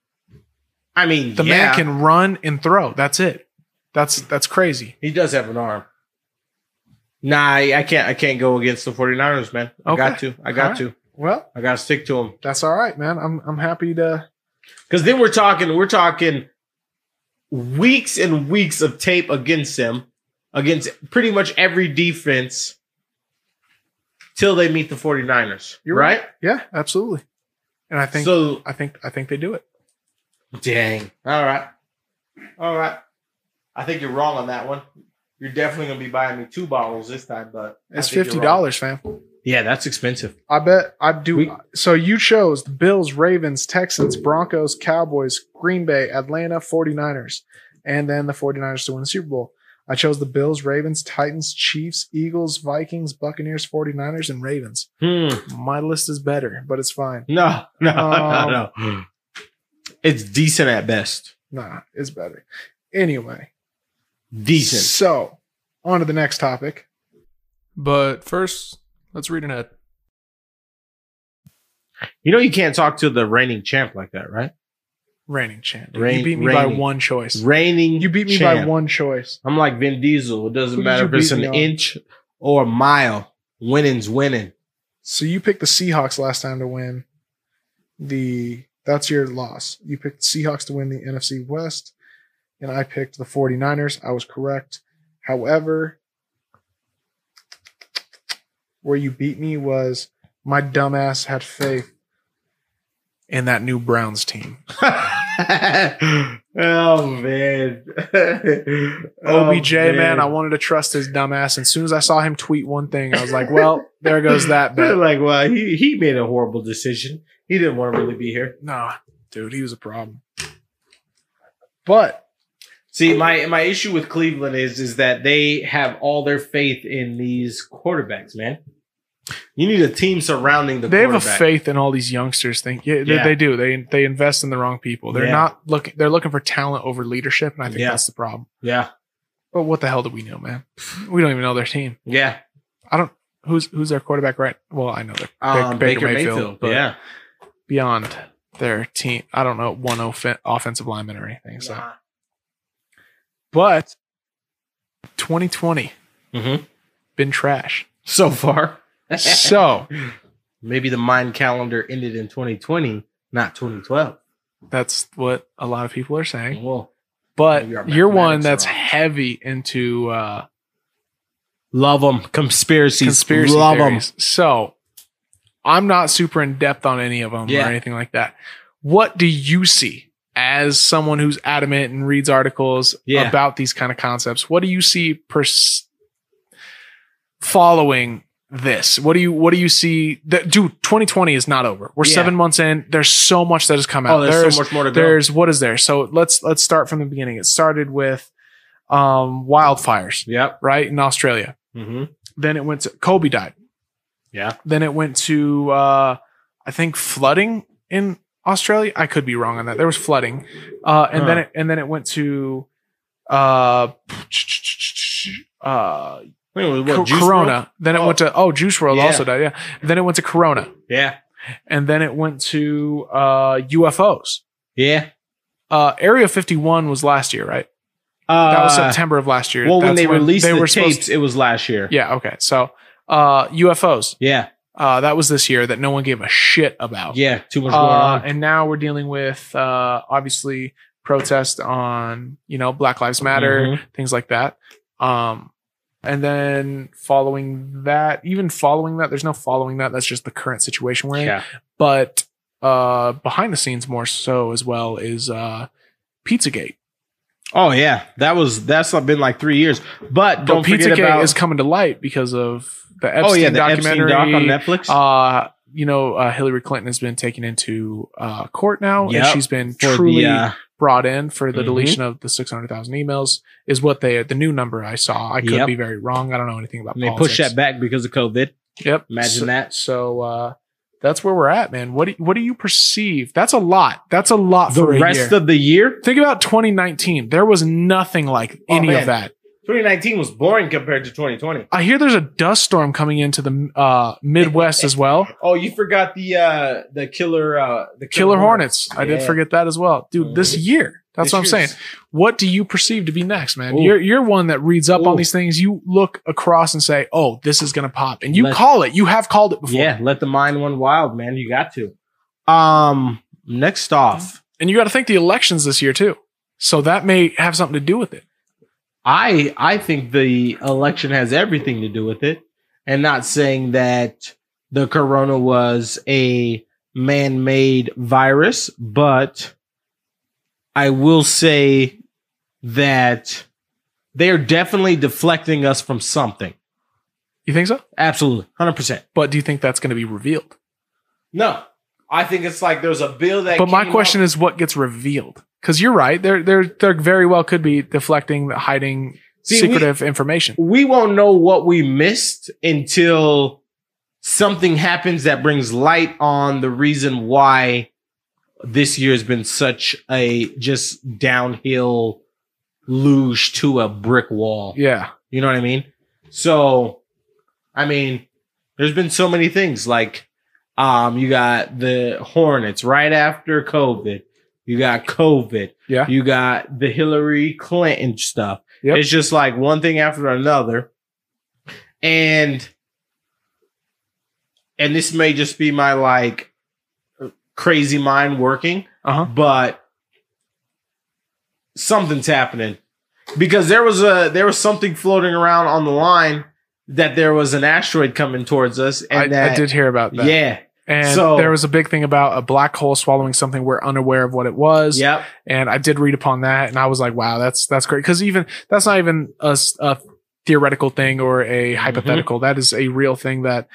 Speaker 2: I mean,
Speaker 1: The
Speaker 2: yeah,
Speaker 1: man can run and throw. That's it. That's that's crazy.
Speaker 2: He does have an arm. Nah, I, I can't. I can't go against the 49ers, man. I got to. I got
Speaker 1: Alright.
Speaker 2: to.
Speaker 1: Well,
Speaker 2: I got to stick to them.
Speaker 1: that's all right, man. I'm I'm happy to.
Speaker 2: Because then we're talking, we're talking weeks and weeks of tape against them, against pretty much every defense till they meet the 49ers.
Speaker 1: You're
Speaker 2: right?
Speaker 1: Yeah, absolutely. And I think
Speaker 2: So,
Speaker 1: I think I think they do it.
Speaker 2: dang. All right. All right. I think you're wrong on that one. You're definitely going to be buying me two bottles this time, but I
Speaker 1: It's
Speaker 2: think you're
Speaker 1: fifty
Speaker 2: wrong.
Speaker 1: dollars, fam.
Speaker 2: Yeah, that's expensive.
Speaker 1: I bet I do.
Speaker 2: We-
Speaker 1: so you chose the Bills, Ravens, Texans, Broncos, Cowboys, Green Bay, Atlanta, 49ers, and then the 49ers to win the Super Bowl. I chose the Bills, Ravens, Titans, Chiefs, Eagles, Vikings, Buccaneers, 49ers, and Ravens.
Speaker 2: Hmm.
Speaker 1: My list is better, but it's fine.
Speaker 2: No, no,
Speaker 1: Um,
Speaker 2: no, no. It's decent at best.
Speaker 1: Nah, it's better. Anyway,
Speaker 2: Decent.
Speaker 1: so on to the next topic.
Speaker 3: But first, let's read an ad.
Speaker 2: You know, you can't talk to the reigning champ like that, right?
Speaker 1: Reigning champ.
Speaker 2: Reign-
Speaker 1: you beat me by
Speaker 2: reigning.
Speaker 1: one choice.
Speaker 2: Reigning.
Speaker 1: You beat me by
Speaker 2: champ.
Speaker 1: one choice.
Speaker 2: I'm like Vin Diesel. It doesn't
Speaker 1: Who did
Speaker 2: matter
Speaker 1: you
Speaker 2: if it's
Speaker 1: beat
Speaker 2: an
Speaker 1: me on?
Speaker 2: inch or a mile. Winning's winning.
Speaker 1: So you picked the Seahawks last time to win. The that's your loss. You picked Seahawks to win the NFC West, and I picked the 49ers. I was correct. However, where you beat me was my dumbass had faith in that new Browns team.
Speaker 2: oh man. Oh,
Speaker 1: OBJ, man, I wanted to trust his dumbass. And as soon as I saw him tweet one thing, I was like, well, there goes that
Speaker 2: They're
Speaker 1: bet.
Speaker 2: like, well, he, he made a horrible decision. He didn't want to really be here.
Speaker 1: Nah, dude, he was a problem. But
Speaker 2: See, my my issue with Cleveland is is that they have all their faith in these quarterbacks, man. You need a team surrounding the
Speaker 1: they have a
Speaker 2: quarterback.
Speaker 1: faith in all these youngsters. Think yeah, they,
Speaker 2: Yeah.
Speaker 1: they do. They they invest in the wrong people. They're
Speaker 2: Yeah.
Speaker 1: not looking. They're looking for talent over leadership, and I think
Speaker 2: Yeah.
Speaker 1: that's the problem.
Speaker 2: yeah,
Speaker 1: But what the hell do we know, man? We don't even know their team.
Speaker 2: yeah.
Speaker 1: Who's who's their quarterback? Right? Well, I know they're
Speaker 2: Um,
Speaker 1: Baker
Speaker 2: Baker,
Speaker 1: Mayfield,
Speaker 2: Mayfield.
Speaker 1: but-
Speaker 2: yeah.
Speaker 1: beyond their team. I don't know one off- offensive lineman or anything. So,
Speaker 2: Nah.
Speaker 1: but 2020
Speaker 2: Mhm.
Speaker 1: been trash.
Speaker 2: So far.
Speaker 1: so
Speaker 2: Maybe the mind calendar ended in 2020, not 2012.
Speaker 1: that's what a lot of people are saying.
Speaker 2: Well,
Speaker 1: But
Speaker 2: Maybe our
Speaker 1: you're one
Speaker 2: mathematics
Speaker 1: that's
Speaker 2: are off.
Speaker 1: heavy into. uh
Speaker 2: love them. Conspiracies.
Speaker 1: conspiracy
Speaker 2: Love 'em.
Speaker 1: theories. So I'm not super in depth on any of them
Speaker 2: Yeah.
Speaker 1: or anything like that. What do you see as someone who's adamant and reads articles
Speaker 2: Yeah.
Speaker 1: about these kind of concepts? What do you see pers- following this? What do you what do you see? That, dude, 2020 is not over. We're
Speaker 2: Yeah.
Speaker 1: seven months in. There's so much that has come out.
Speaker 2: Oh, there's, so much more to go.
Speaker 1: there's what is there? So let's let's start from the beginning. It started with um, wildfires,
Speaker 2: Yep.
Speaker 1: right in Australia.
Speaker 2: Mm-hmm.
Speaker 1: Then it went to Kobe died.
Speaker 2: Yeah.
Speaker 1: Then it went to uh, I think flooding in Australia. I could be wrong on that. There was flooding, uh, and then
Speaker 2: Huh.
Speaker 1: it, and then it went to uh, uh,
Speaker 2: Wait, what,
Speaker 1: Co-
Speaker 2: Juice
Speaker 1: Corona.
Speaker 2: WRLD?
Speaker 1: Then it
Speaker 2: Oh.
Speaker 1: went to oh Juice World
Speaker 2: Yeah.
Speaker 1: also died. Yeah. Then it went to Corona,
Speaker 2: Yeah.
Speaker 1: and then it went to uh, UFOs.
Speaker 2: Yeah.
Speaker 1: Uh, Area 51 was last year, right?
Speaker 2: Uh,
Speaker 1: That was September of last year.
Speaker 2: Well, when
Speaker 1: That's
Speaker 2: they released the
Speaker 1: supposed-
Speaker 2: tapes, it was last year.
Speaker 1: yeah. Okay. So uh, UFOs.
Speaker 2: Yeah.
Speaker 1: Uh, that was this year that no one gave a shit about.
Speaker 2: Yeah. Too much going
Speaker 1: Uh,
Speaker 2: on.
Speaker 1: and now we're dealing with uh, obviously protest on you know Black Lives Matter
Speaker 2: Mhm.
Speaker 1: things like that. Um, and then following that, even following that, there's no following that. That's just the current situation we're in.
Speaker 2: Yeah.
Speaker 1: But uh, behind the scenes, more so as well, is uh, PizzaGate.
Speaker 2: Oh yeah, that was that's been like three years. But
Speaker 1: But
Speaker 2: don't forget
Speaker 1: PizzaGate
Speaker 2: about
Speaker 1: is coming to light because of the Epstein
Speaker 2: oh yeah the Epstein
Speaker 1: documentary.
Speaker 2: doc on Netflix.
Speaker 1: uh you know uh, hillary clinton has been taken into uh, court now and
Speaker 2: Yep.
Speaker 1: she's been
Speaker 2: for
Speaker 1: truly
Speaker 2: the, uh,
Speaker 1: brought in for the
Speaker 2: Mhm.
Speaker 1: deletion of the 600000 emails is what they the new number i saw i could
Speaker 2: Yep.
Speaker 1: be very wrong i don't know anything about
Speaker 2: they
Speaker 1: politics.
Speaker 2: pushed that back because of COVID.
Speaker 1: yep
Speaker 2: Imagine
Speaker 1: so,
Speaker 2: that.
Speaker 1: so uh that's where we're at man what do, what do you perceive that's a lot that's a lot
Speaker 2: The
Speaker 1: Uh, for a
Speaker 2: rest
Speaker 1: year.
Speaker 2: of the year,
Speaker 1: think about 2019 there was nothing like
Speaker 2: Oh,
Speaker 1: any
Speaker 2: man.
Speaker 1: of that
Speaker 2: 2019 was boring compared to 2020.
Speaker 1: I hear there's a dust storm coming into the uh, Midwest as well.
Speaker 2: Oh, you forgot the uh the killer uh the
Speaker 1: Killer Hornets. I did
Speaker 2: Yeah.
Speaker 1: forget that as well, dude. This
Speaker 2: Mhm.
Speaker 1: year, that's
Speaker 2: This
Speaker 1: what I'm
Speaker 2: year's-
Speaker 1: saying. What do you perceive to be next, man?
Speaker 2: Ooh.
Speaker 1: You're you're one that reads up on
Speaker 2: Ooh.
Speaker 1: these things. You look across and say, "Oh, this is gonna pop," and you
Speaker 2: Let's-
Speaker 1: call it. You have called it before,
Speaker 2: Yeah, let the mind run wild, man. You got to. Um, next off,
Speaker 1: and you got to think the elections this year too. So that may have something to do with it.
Speaker 2: I I think the election has everything to do with it, and not saying that the corona was a man-made virus, but I will say that they're definitely deflecting us from something.
Speaker 1: You think so?
Speaker 2: Absolutely, hundred percent.
Speaker 1: But do you think that's going to be revealed?
Speaker 2: No, I think it's like there's a bill that.
Speaker 1: but my question is, what gets revealed? Because you're right. There, there, there very well could be deflecting, hiding
Speaker 2: See, we-
Speaker 1: secretive information.
Speaker 2: we won't know what we missed until something happens that brings light on the reason why this year has been such a just downhill luge to a brick wall.
Speaker 1: Yeah.
Speaker 2: You know what I mean? So, I mean, there's been so many things like, um, you got the Hornets right after COVID. You got COVID.
Speaker 1: Yeah.
Speaker 2: You got the Hillary Clinton stuff.
Speaker 1: Yep.
Speaker 2: It's just like one thing after another. And, and this may just be my like crazy mind working
Speaker 1: Uh huh.
Speaker 2: but something's happening because there was a there was something floating around on the line that there was an asteroid coming towards us and
Speaker 1: I,
Speaker 2: that
Speaker 1: I did hear about that.
Speaker 2: yeah
Speaker 1: And
Speaker 2: So-
Speaker 1: there was a big thing about a black hole swallowing something we're unaware of what it was.
Speaker 2: yep
Speaker 1: And I did read upon that, and I was like, "Wow, that's that's great." Because even that's not even a, s- a theoretical thing or a
Speaker 2: Mm-hmm.
Speaker 1: hypothetical. That is a real thing that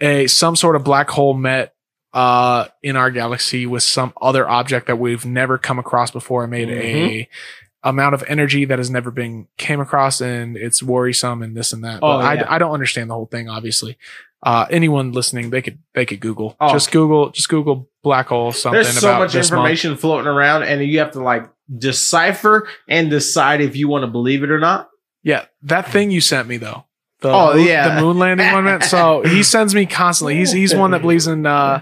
Speaker 1: a some sort of black hole met uh, in our galaxy with some other object that we've never come across before and made a
Speaker 2: Mm-hmm.
Speaker 1: amount of energy that has never been came across, and it's worrisome and this and that.
Speaker 2: Oh,
Speaker 1: but I,
Speaker 2: yeah.
Speaker 1: I don't understand the whole thing, obviously uh, anyone listening, they could they could Google.
Speaker 2: Oh.
Speaker 1: Just Google just Google black hole something.
Speaker 2: there's so
Speaker 1: about
Speaker 2: much
Speaker 1: this month.
Speaker 2: information floating around and you have to like decipher and decide if you want to believe it or not
Speaker 1: Yeah, that thing you sent me though. The
Speaker 2: Oh,
Speaker 1: moon-
Speaker 2: yeah.
Speaker 1: the moon landing one. Man. So he sends me constantly. He's he's one that believes in uh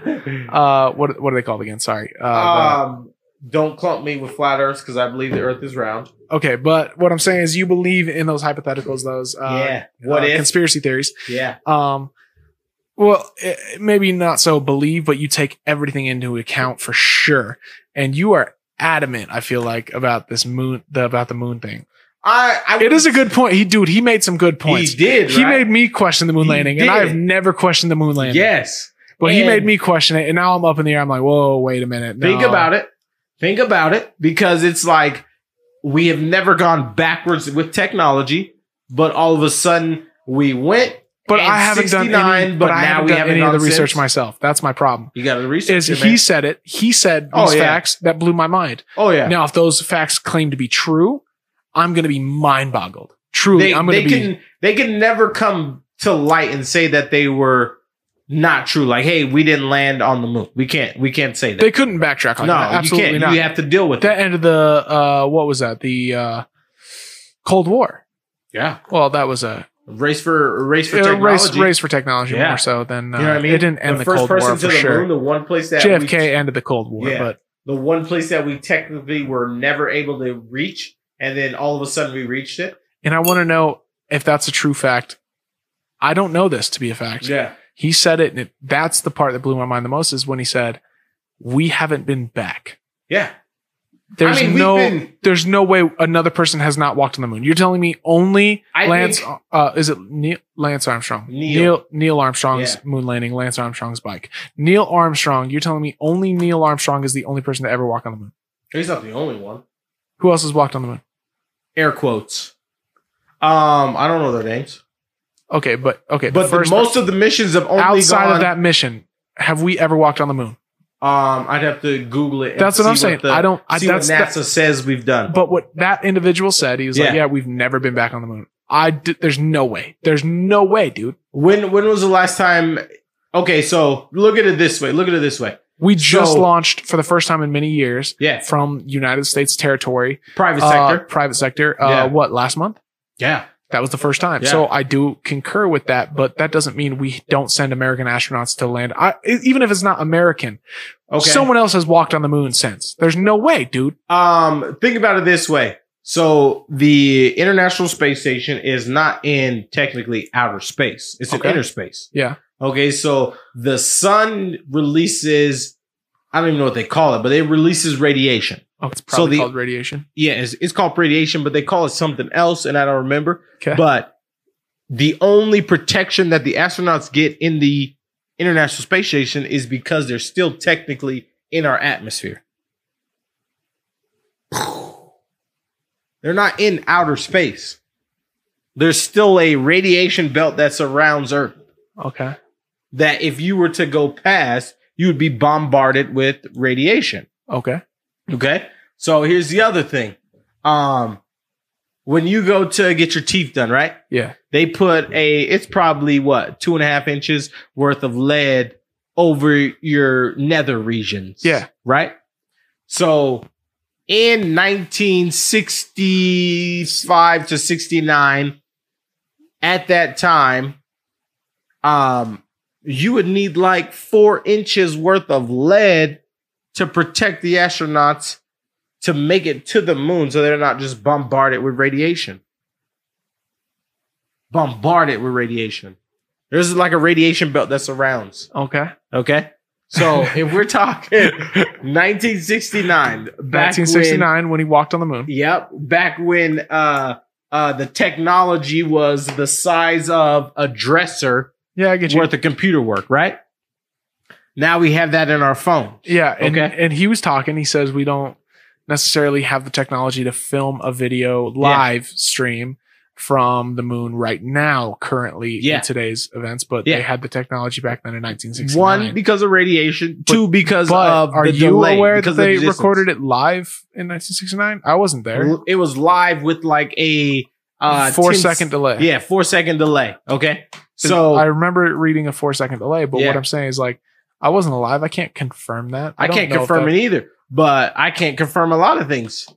Speaker 1: uh what what are they called again? Sorry. Uh,
Speaker 2: um don't clump me with flat earths because i believe the earth is round
Speaker 1: the- okay, but what I'm saying is you believe in those hypotheticals, those uh,
Speaker 2: yeah what
Speaker 1: uh,
Speaker 2: if
Speaker 1: conspiracy theories.
Speaker 2: yeah
Speaker 1: Um, well, eh, maybe not so believe, but you take everything into account for sure, and you are adamant. I feel like about this moon, the, about the moon thing.
Speaker 2: i i
Speaker 1: It is a good point. He, dude, he made some good points.
Speaker 2: he did
Speaker 1: He
Speaker 2: right?
Speaker 1: made me question the moon
Speaker 2: He
Speaker 1: landing, and I
Speaker 2: did.
Speaker 1: have never questioned the moon landing.
Speaker 2: yes
Speaker 1: but he
Speaker 2: and-
Speaker 1: made me question it, and now I'm up in the air. I'm like, whoa, wait a minute.
Speaker 2: Think about it. Think about it because it's like we have never gone backwards with technology, but all of a sudden we went.
Speaker 1: But
Speaker 2: and
Speaker 1: I haven't done
Speaker 2: 69,
Speaker 1: any.
Speaker 2: but
Speaker 1: But I
Speaker 2: now
Speaker 1: haven't
Speaker 2: we
Speaker 1: done
Speaker 2: haven't
Speaker 1: any of the
Speaker 2: done
Speaker 1: research
Speaker 2: since.
Speaker 1: myself. That's my problem.
Speaker 2: You got to
Speaker 1: Is
Speaker 2: research it,
Speaker 1: he
Speaker 2: man.
Speaker 1: said it? He said these
Speaker 2: Oh, yeah.
Speaker 1: facts that blew my mind.
Speaker 2: Oh yeah,
Speaker 1: Now, if those facts claim to be true, I'm going to be mind boggled. Truly,
Speaker 2: they,
Speaker 1: I'm
Speaker 2: they
Speaker 1: going to be.
Speaker 2: can they can never come to light and say that they were not true. Like, hey, we didn't land on the moon. We can't. We can't say that.
Speaker 1: they couldn't backtrack on
Speaker 2: no,
Speaker 1: that. Absolutely
Speaker 2: you can't.
Speaker 1: not.
Speaker 2: You have to deal with
Speaker 1: that
Speaker 2: that.
Speaker 1: end of the uh, what was that? The uh, Cold War.
Speaker 2: Yeah,
Speaker 1: Well, that was a,
Speaker 2: race for race for
Speaker 1: a
Speaker 2: technology.
Speaker 1: Uh, race race for technology
Speaker 2: Yeah.
Speaker 1: more so than uh,
Speaker 2: you know what I mean?
Speaker 1: it didn't end the,
Speaker 2: first
Speaker 1: Cold
Speaker 2: person
Speaker 1: War
Speaker 2: to
Speaker 1: for
Speaker 2: the
Speaker 1: sure.
Speaker 2: moon, the one place that we-
Speaker 1: JFK ended the Cold War,
Speaker 2: Yeah.
Speaker 1: but
Speaker 2: the one place that we technically were never able to reach, and then all of a sudden we reached it.
Speaker 1: and I want to know if that's a true fact. I don't know this to be a fact.
Speaker 2: Yeah,
Speaker 1: He said it, and it, that's the part that blew my mind the most is when he said, "We haven't been back."
Speaker 2: yeah.
Speaker 1: There's
Speaker 2: I mean,
Speaker 1: no.
Speaker 2: we've been.
Speaker 1: there's no way another person has not walked on the moon. You're telling me only
Speaker 2: I
Speaker 1: Lance
Speaker 2: think-
Speaker 1: uh is it Neil, Lance Armstrong?
Speaker 2: Neil.
Speaker 1: Neil Neil Armstrong's
Speaker 2: Yeah.
Speaker 1: moon landing, Lance Armstrong's bike. Neil Armstrong, you're telling me only Neil Armstrong is the only person to ever walk on the moon.
Speaker 2: He's not the only one.
Speaker 1: Who else has walked on the moon?
Speaker 2: Air quotes. Um, I don't know their names,
Speaker 1: Okay, but okay,
Speaker 2: but the most of the missions have only
Speaker 1: outside
Speaker 2: gone,
Speaker 1: of that mission, have we ever walked on the moon?
Speaker 2: Um, I'd have to Google it. and
Speaker 1: That's what
Speaker 2: see
Speaker 1: I'm saying.
Speaker 2: the-
Speaker 1: I don't I
Speaker 2: see what
Speaker 1: that's that-
Speaker 2: NASA says we've done.
Speaker 1: But what that individual said, he was like,
Speaker 2: Yeah.
Speaker 1: "Yeah, we've never been back on the moon." I d- there's no way. There's no way, dude.
Speaker 2: When when was the last time? Okay, so look at it this way. Look at it this way.
Speaker 1: We just
Speaker 2: So-
Speaker 1: launched for the first time in many years
Speaker 2: Yeah,
Speaker 1: from United States territory
Speaker 2: private
Speaker 1: uh,
Speaker 2: sector.
Speaker 1: private sector. Uh,
Speaker 2: Yeah.
Speaker 1: What last month?
Speaker 2: Yeah.
Speaker 1: That was the first time.
Speaker 2: Yeah.
Speaker 1: So I do concur with that, but that doesn't mean we don't send American astronauts to land. I, e- even if it's not American,
Speaker 2: Okay.
Speaker 1: someone else has walked on the moon since. There's no way, dude.
Speaker 2: Um, think about it this way. So the International Space Station is not in technically outer space. It's
Speaker 1: Okay.
Speaker 2: in inner space.
Speaker 1: Yeah.
Speaker 2: Okay, so the sun releases I don't even know what they call it, but it releases radiation.
Speaker 1: Oh, it's probably
Speaker 2: the-
Speaker 1: called radiation.
Speaker 2: Yeah, it's, it's called radiation, but they call it something else and I don't remember.
Speaker 1: Okay.
Speaker 2: But the only protection that the astronauts get in the International Space Station is because they're still technically in our atmosphere. They're not in outer space. There's still a radiation belt that surrounds Earth
Speaker 1: okay.
Speaker 2: that if you were to go past, you would be bombarded with radiation.
Speaker 1: Okay.
Speaker 2: Okay. So here's the other thing. Um, when you go to get your teeth done, right?
Speaker 1: Yeah.
Speaker 2: They put a, it's probably what, two and a half inches worth of lead over your nether regions.
Speaker 1: Yeah.
Speaker 2: Right. So in 1965 to 69, at that time, um, you would need like four inches worth of lead to protect the astronauts to make it to the moon so they're not just bombarded with radiation. Bombarded with radiation. There's like a radiation belt that surrounds.
Speaker 1: Okay.
Speaker 2: Okay. So if we're talking 1969, back
Speaker 1: 1969
Speaker 2: 1969.
Speaker 1: when, he walked on the moon.
Speaker 2: yep, back when uh, uh, the technology was the size of a dresser
Speaker 1: Yeah, I get you.
Speaker 2: worth of computer work, right? Now we have that in our phone.
Speaker 1: Yeah, and
Speaker 2: Okay.
Speaker 1: and he was talking. He says we don't necessarily have the technology to film a video live stream from the moon right now, currently
Speaker 2: Yeah.
Speaker 1: in today's events, but
Speaker 2: Yeah.
Speaker 1: they had the technology back then in 1969.
Speaker 2: One because of radiation,
Speaker 1: But-
Speaker 2: two because
Speaker 1: but
Speaker 2: of
Speaker 1: are
Speaker 2: the
Speaker 1: you
Speaker 2: delay,
Speaker 1: aware that
Speaker 2: because of the
Speaker 1: they
Speaker 2: distance.
Speaker 1: recorded it live in 1969? I wasn't there.
Speaker 2: It was live with like a uh,
Speaker 1: four
Speaker 2: 10
Speaker 1: second delay.
Speaker 2: yeah, four second delay. Okay,
Speaker 1: so
Speaker 2: so
Speaker 1: I remember it reading a four second delay, but
Speaker 2: Yeah.
Speaker 1: what I'm saying is like I wasn't alive. I can't confirm that.
Speaker 2: I
Speaker 1: don't
Speaker 2: can't
Speaker 1: know if
Speaker 2: confirm
Speaker 1: that-
Speaker 2: it either, but I can't confirm a lot of things.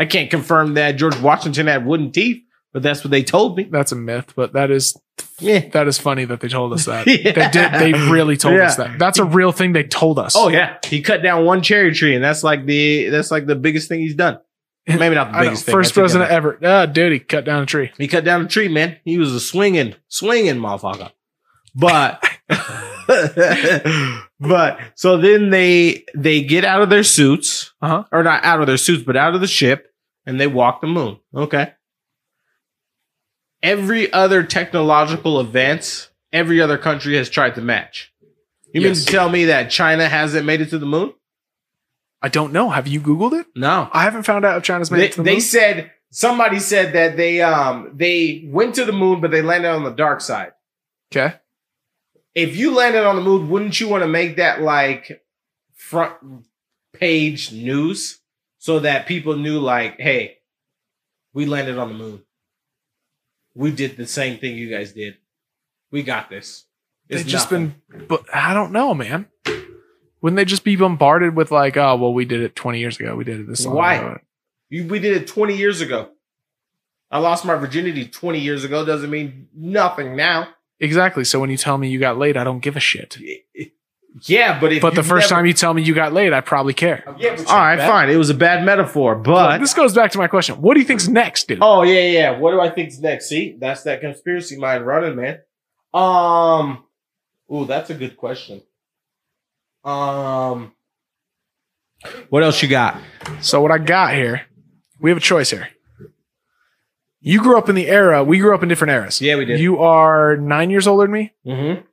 Speaker 2: I can't confirm that George Washington had wooden teeth, but that's what they told me.
Speaker 1: That's a myth, but that is
Speaker 2: Yeah.
Speaker 1: that is funny that they told us that.
Speaker 2: Yeah.
Speaker 1: They did. They really told us
Speaker 2: Yeah.
Speaker 1: that. That's a real thing they told us.
Speaker 2: Oh yeah, he cut down one cherry tree, and that's like the that's like the biggest thing he's done. Maybe not
Speaker 1: I
Speaker 2: the
Speaker 1: know,
Speaker 2: biggest thing.
Speaker 1: first
Speaker 2: I take that
Speaker 1: president
Speaker 2: back.
Speaker 1: ever. Ah, dude, he cut down a tree.
Speaker 2: He cut down a tree, man. He was a swinging, swinging motherfucker. But, but so then they they get out of their suits,
Speaker 1: Uh-huh.
Speaker 2: or not out of their suits, but out of the ship, and they walk the moon. Okay. Every other technological events, every other country has tried to match. You mean
Speaker 1: Yes.
Speaker 2: to tell me that China hasn't made it to the moon?
Speaker 1: I don't know. Have you Googled it?
Speaker 2: No.
Speaker 1: I haven't found out if China's made
Speaker 2: they,
Speaker 1: it to the
Speaker 2: they
Speaker 1: moon.
Speaker 2: said somebody said that they um they went to the moon but they landed on the dark side
Speaker 1: Okay.
Speaker 2: if you landed on the moon wouldn't you want to make that like front page news so that people knew like hey we landed on the moon we did the same thing you guys did we got this It's
Speaker 1: They've just
Speaker 2: nothing.
Speaker 1: been, but I don't know, man. Wouldn't they just be bombarded with like, oh, well, we did it 20 years ago. We did it this long
Speaker 2: Why?
Speaker 1: ago.
Speaker 2: You- we did it 20 years ago i lost my virginity 20 years ago doesn't mean nothing now
Speaker 1: Exactly. So when you tell me you got laid, I don't give a shit.
Speaker 2: yeah but if
Speaker 1: But the
Speaker 2: you've
Speaker 1: first
Speaker 2: never-
Speaker 1: time you tell me you got laid, I probably care.
Speaker 2: Yeah, all right, fine. It was a bad metaphor, but
Speaker 1: this goes back to my question. What do you think's next, dude?
Speaker 2: oh yeah, yeah. What do I think's next? See, that's that conspiracy mind running, man. Um, ooh, that's a good question. Um, what else you got?
Speaker 1: So what I got here, we have a choice here. You grew up in the era. We grew up in different eras.
Speaker 2: Yeah, we did.
Speaker 1: You are nine years older than me.
Speaker 2: Mm-hmm.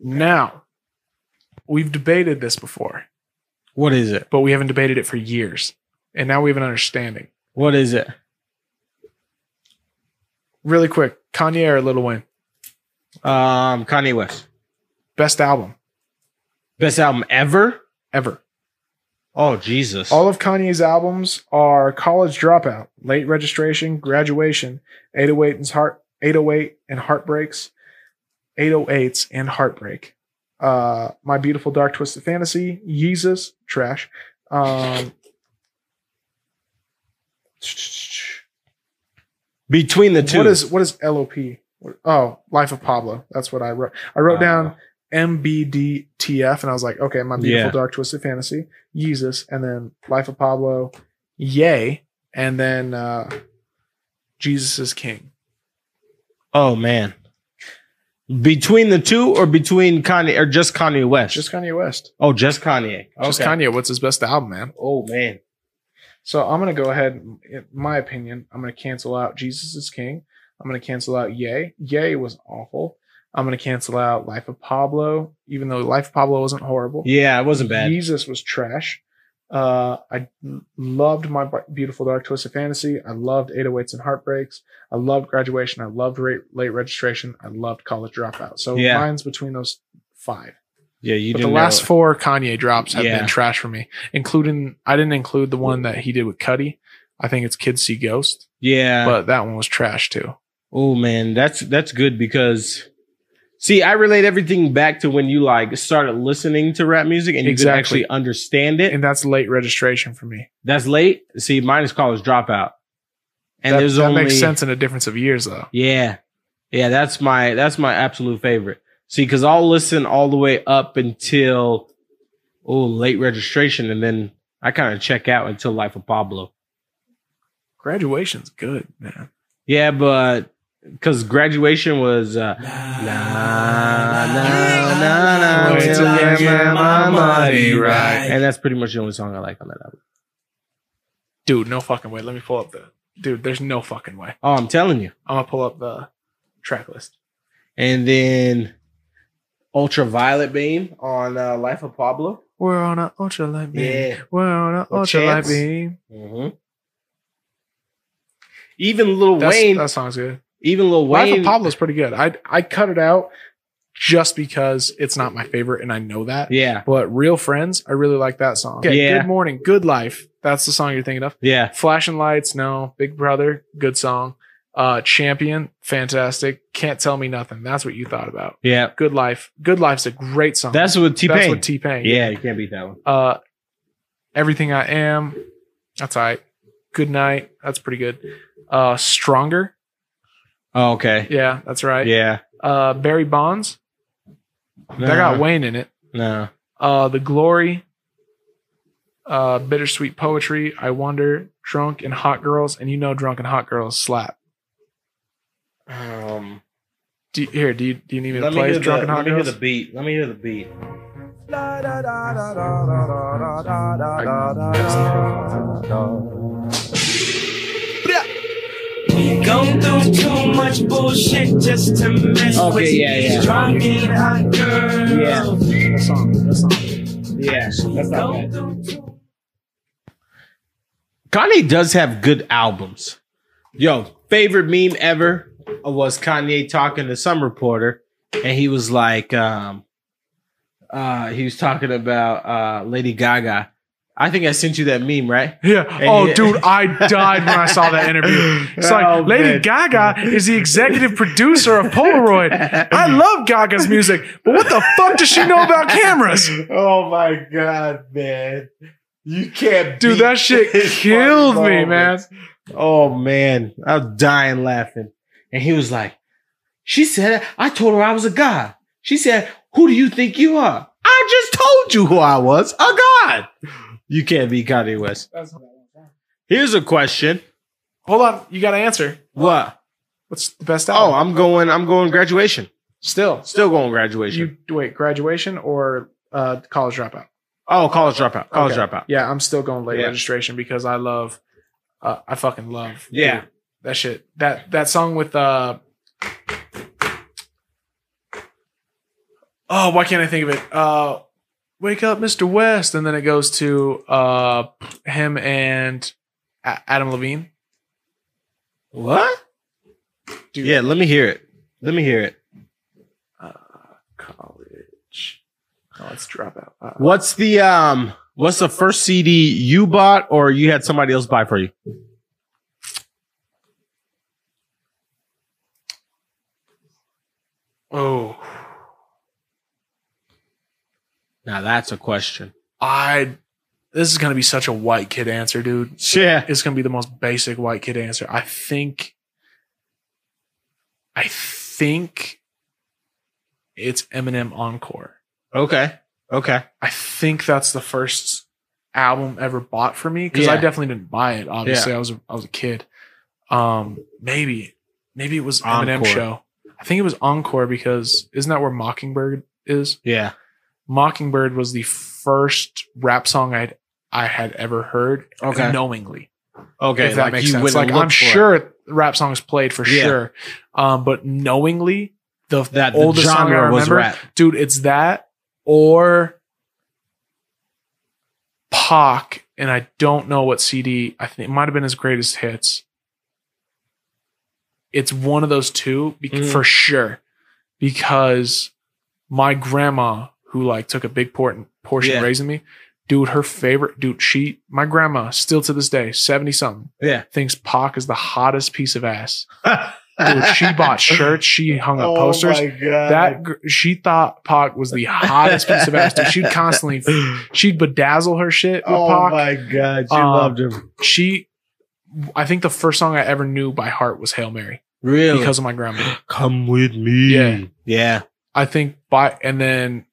Speaker 1: Now, we've debated this before,
Speaker 2: What is it?
Speaker 1: but we haven't debated it for years, and now we have an understanding.
Speaker 2: What is it?
Speaker 1: Really quick, Kanye or Lil Wayne,
Speaker 2: Um, Kanye West,
Speaker 1: best album
Speaker 2: best album ever.
Speaker 1: ever.
Speaker 2: Oh Jesus!
Speaker 1: All of Kanye's albums are College Dropout, Late Registration, Graduation, 808 and Heart 808 and Heartbreaks, 808s and Heartbreak. Uh, My Beautiful Dark Twisted Fantasy, Yeezus, trash. Um,
Speaker 2: between the two.
Speaker 1: What is what is LOP? What- Oh, Life of Pablo. That's what I wrote. I
Speaker 2: Uh,
Speaker 1: wrote down MBDTF, and I was like, okay, my beautiful
Speaker 2: Yeah.
Speaker 1: dark twisted fantasy, Jesus, and then Life of Pablo, Yay, and then uh, Jesus is King.
Speaker 2: Oh man. Between the two, or between Kanye, or just Kanye West?
Speaker 1: Just Kanye West.
Speaker 2: oh, just Kanye.
Speaker 1: Just
Speaker 2: Okay.
Speaker 1: Kanye. What's his best album, man?
Speaker 2: Oh man.
Speaker 1: So I'm gonna go ahead. In my opinion, I'm gonna cancel out Jesus is King. I'm gonna cancel out Yay. Yay was awful. I'm gonna cancel out Life of Pablo, even though Life of Pablo wasn't horrible.
Speaker 2: Yeah, it wasn't bad.
Speaker 1: Jesus was trash. Uh, I loved my Bu- beautiful dark twisted fantasy. I loved 808s and heartbreaks. I loved graduation. I loved rate, late registration. I loved college dropout. So
Speaker 2: Yeah.
Speaker 1: mine's between those five.
Speaker 2: Yeah, you
Speaker 1: but
Speaker 2: did
Speaker 1: the last four Kanye drops have
Speaker 2: Yeah.
Speaker 1: been trash for me, including I didn't include the one that he did with Cuddy. I think it's Kids See Ghost,
Speaker 2: Yeah.
Speaker 1: but that one was trash too.
Speaker 2: Oh man, that's that's good because see, I relate everything back to when you like started listening to rap music and you
Speaker 1: Exactly.
Speaker 2: could actually understand it.
Speaker 1: And that's late registration for me.
Speaker 2: That's late. See, mine is college dropout. And
Speaker 1: that
Speaker 2: there's
Speaker 1: that
Speaker 2: only
Speaker 1: makes sense in a difference of years though.
Speaker 2: Yeah. Yeah, that's my that's my absolute favorite. See, cause I'll listen all the way up until oh late registration and then I kind of check out until Life of Pablo.
Speaker 1: Graduation's good, man.
Speaker 2: Yeah, but because graduation was uh
Speaker 1: nah,
Speaker 4: Wait
Speaker 1: wait
Speaker 4: till
Speaker 1: till
Speaker 4: I get
Speaker 1: I
Speaker 4: my
Speaker 1: get
Speaker 4: money right.
Speaker 2: And that's pretty much the only song I like on that album.
Speaker 1: Dude, no fucking way. Let me pull up the dude. There's no fucking way.
Speaker 2: Oh, I'm telling you.
Speaker 1: I'm gonna pull up the track list.
Speaker 2: And then Ultraviolet Beam on uh, Life of Pablo.
Speaker 1: We're on a ultralight beam. We're on a ultralight
Speaker 2: Chance.
Speaker 1: beam.
Speaker 2: hmm Even Lil
Speaker 1: That's,
Speaker 2: Wayne,
Speaker 1: that song's good.
Speaker 2: even Lil Wayne,
Speaker 1: Life of Pablo's pretty good. I I cut it out just because it's not my favorite, and I know that.
Speaker 2: yeah,
Speaker 1: But Real Friends, I really like that song. Okay,
Speaker 2: Yeah.
Speaker 1: Good Morning, Good Life. That's the song you're thinking of.
Speaker 2: yeah,
Speaker 1: Flashing Lights, no. Big Brother, good song. Uh, Champion, fantastic. Can't Tell Me Nothing. That's what you thought about.
Speaker 2: yeah.
Speaker 1: Good Life. Good Life's a great song.
Speaker 2: That's with T
Speaker 1: That's
Speaker 2: Pain.
Speaker 1: what T Pain.
Speaker 2: Yeah, you can't beat that one.
Speaker 1: Uh, Everything I Am. That's all right. Good Night. That's pretty good. Uh, Stronger.
Speaker 2: Oh, okay.
Speaker 1: Yeah, that's right.
Speaker 2: Yeah,
Speaker 1: Uh, Barry Bonds.
Speaker 2: no,
Speaker 1: That got Wayne in it.
Speaker 2: no.
Speaker 1: Uh, the Glory, uh, Bittersweet Poetry, I Wonder, Drunk and Hot Girls, and you know Drunk and Hot Girls slap.
Speaker 2: Um,
Speaker 1: Do you, here, do you, do you need me to
Speaker 2: let me
Speaker 1: play
Speaker 2: hear the
Speaker 1: Drunk and
Speaker 2: let
Speaker 1: Hot
Speaker 2: me hear
Speaker 1: Girls?
Speaker 2: the beat. Let me hear the beat.
Speaker 4: We gone through too much bullshit just to mess
Speaker 2: Okay,
Speaker 4: with
Speaker 2: yeah,
Speaker 4: these
Speaker 2: yeah.
Speaker 4: drunk and hot girls.
Speaker 2: Yeah.
Speaker 1: That song, that song.
Speaker 2: Yeah, that's
Speaker 4: We
Speaker 2: not
Speaker 4: gone
Speaker 2: bad.
Speaker 4: through too-
Speaker 2: Kanye does have good albums. Yo, favorite meme ever was Kanye talking to some reporter, and he was like, um, uh, he was talking about uh, Lady Gaga. I think I sent you that meme, right?
Speaker 1: Yeah.
Speaker 2: And
Speaker 1: oh,
Speaker 2: he-
Speaker 1: dude, I died when I saw that interview. It's like
Speaker 2: Oh,
Speaker 1: Lady
Speaker 2: man.
Speaker 1: Gaga is the executive producer of Polaroid. I love Gaga's music, but what the fuck does she know about cameras?
Speaker 2: Oh my god, man! You can't,
Speaker 1: Dude,
Speaker 2: beat
Speaker 1: that shit
Speaker 2: his
Speaker 1: killed
Speaker 2: funny
Speaker 1: me, man.
Speaker 2: moments. Oh man, I was dying laughing. And he was like, She said, I told her I was a god. She said, Who do you think you are? I just told you who I was, a god. You can't be Kanye West. Here's a question.
Speaker 1: Hold on, you got to answer.
Speaker 2: What?
Speaker 1: What's the best
Speaker 2: Oh,
Speaker 1: album?
Speaker 2: I'm going, I'm going graduation.
Speaker 1: still.
Speaker 2: Still going graduation.
Speaker 1: You wait, graduation or uh, college dropout?
Speaker 2: oh, college dropout. College
Speaker 1: Okay.
Speaker 2: dropout.
Speaker 1: Yeah, I'm still going late
Speaker 2: Yeah.
Speaker 1: registration because I love, uh, I fucking love.
Speaker 2: Yeah.
Speaker 1: dude, that shit. That that song with uh. Oh, why can't I think of it? Uh, wake up, Mr. West, and then it goes to uh him and A- Adam Levine.
Speaker 2: What?
Speaker 1: Dude.
Speaker 2: Yeah, let me hear it. Let me hear it.
Speaker 1: Uh, college. Oh, it's dropout. Uh,
Speaker 2: What's the um what's the first CD you bought or you had somebody else buy for you?
Speaker 1: oh,
Speaker 2: Now that's a question.
Speaker 1: I. This is gonna be such a white kid answer, dude.
Speaker 2: Yeah.
Speaker 1: It's gonna be the most basic white kid answer. I think think it's Eminem Encore.
Speaker 2: Okay. Okay.
Speaker 1: I think that's the first album ever bought for me because I
Speaker 2: Yeah.
Speaker 1: definitely didn't buy it. Obviously, I was a, I was a kid. Um, maybe maybe it was Eminem
Speaker 2: Encore.
Speaker 1: show. I think it was Encore because isn't that where Mockingbird is?
Speaker 2: Yeah.
Speaker 1: Mockingbird was the first rap song I I had ever heard
Speaker 2: Okay.
Speaker 1: knowingly.
Speaker 2: Okay.
Speaker 1: if that makes
Speaker 2: you
Speaker 1: sense.
Speaker 2: went and
Speaker 1: Like I'm
Speaker 2: looked for it.
Speaker 1: sure rap songs played for
Speaker 2: Yeah.
Speaker 1: sure, um, but knowingly the
Speaker 2: that the
Speaker 1: oldest song I
Speaker 2: genre was
Speaker 1: remember-
Speaker 2: rap.
Speaker 1: dude, it's that or Pac, and I don't know what CD. I think it might have been his greatest hits. It's one of those two be-
Speaker 2: Mhm.
Speaker 1: for sure, because my grandma, who like took a big port- portion
Speaker 2: Yeah.
Speaker 1: raising me, dude, her favorite dude, she, my grandma, still to this day, seventy something,
Speaker 2: Yeah.
Speaker 1: thinks Pac is the hottest piece of ass. Dude, she bought shirts, she hung up posters
Speaker 2: Oh god.
Speaker 1: that gr- she thought Pac was the hottest piece of ass. Dude, she'd constantly she'd bedazzle her shit with Pac.
Speaker 2: Oh god,
Speaker 1: she Um, loved
Speaker 2: him.
Speaker 1: She, I think the first song I ever knew by heart was "Hail Mary"
Speaker 2: Really?
Speaker 1: because of my grandma.
Speaker 2: come with me.
Speaker 1: Yeah.
Speaker 2: Yeah.
Speaker 1: I think by and then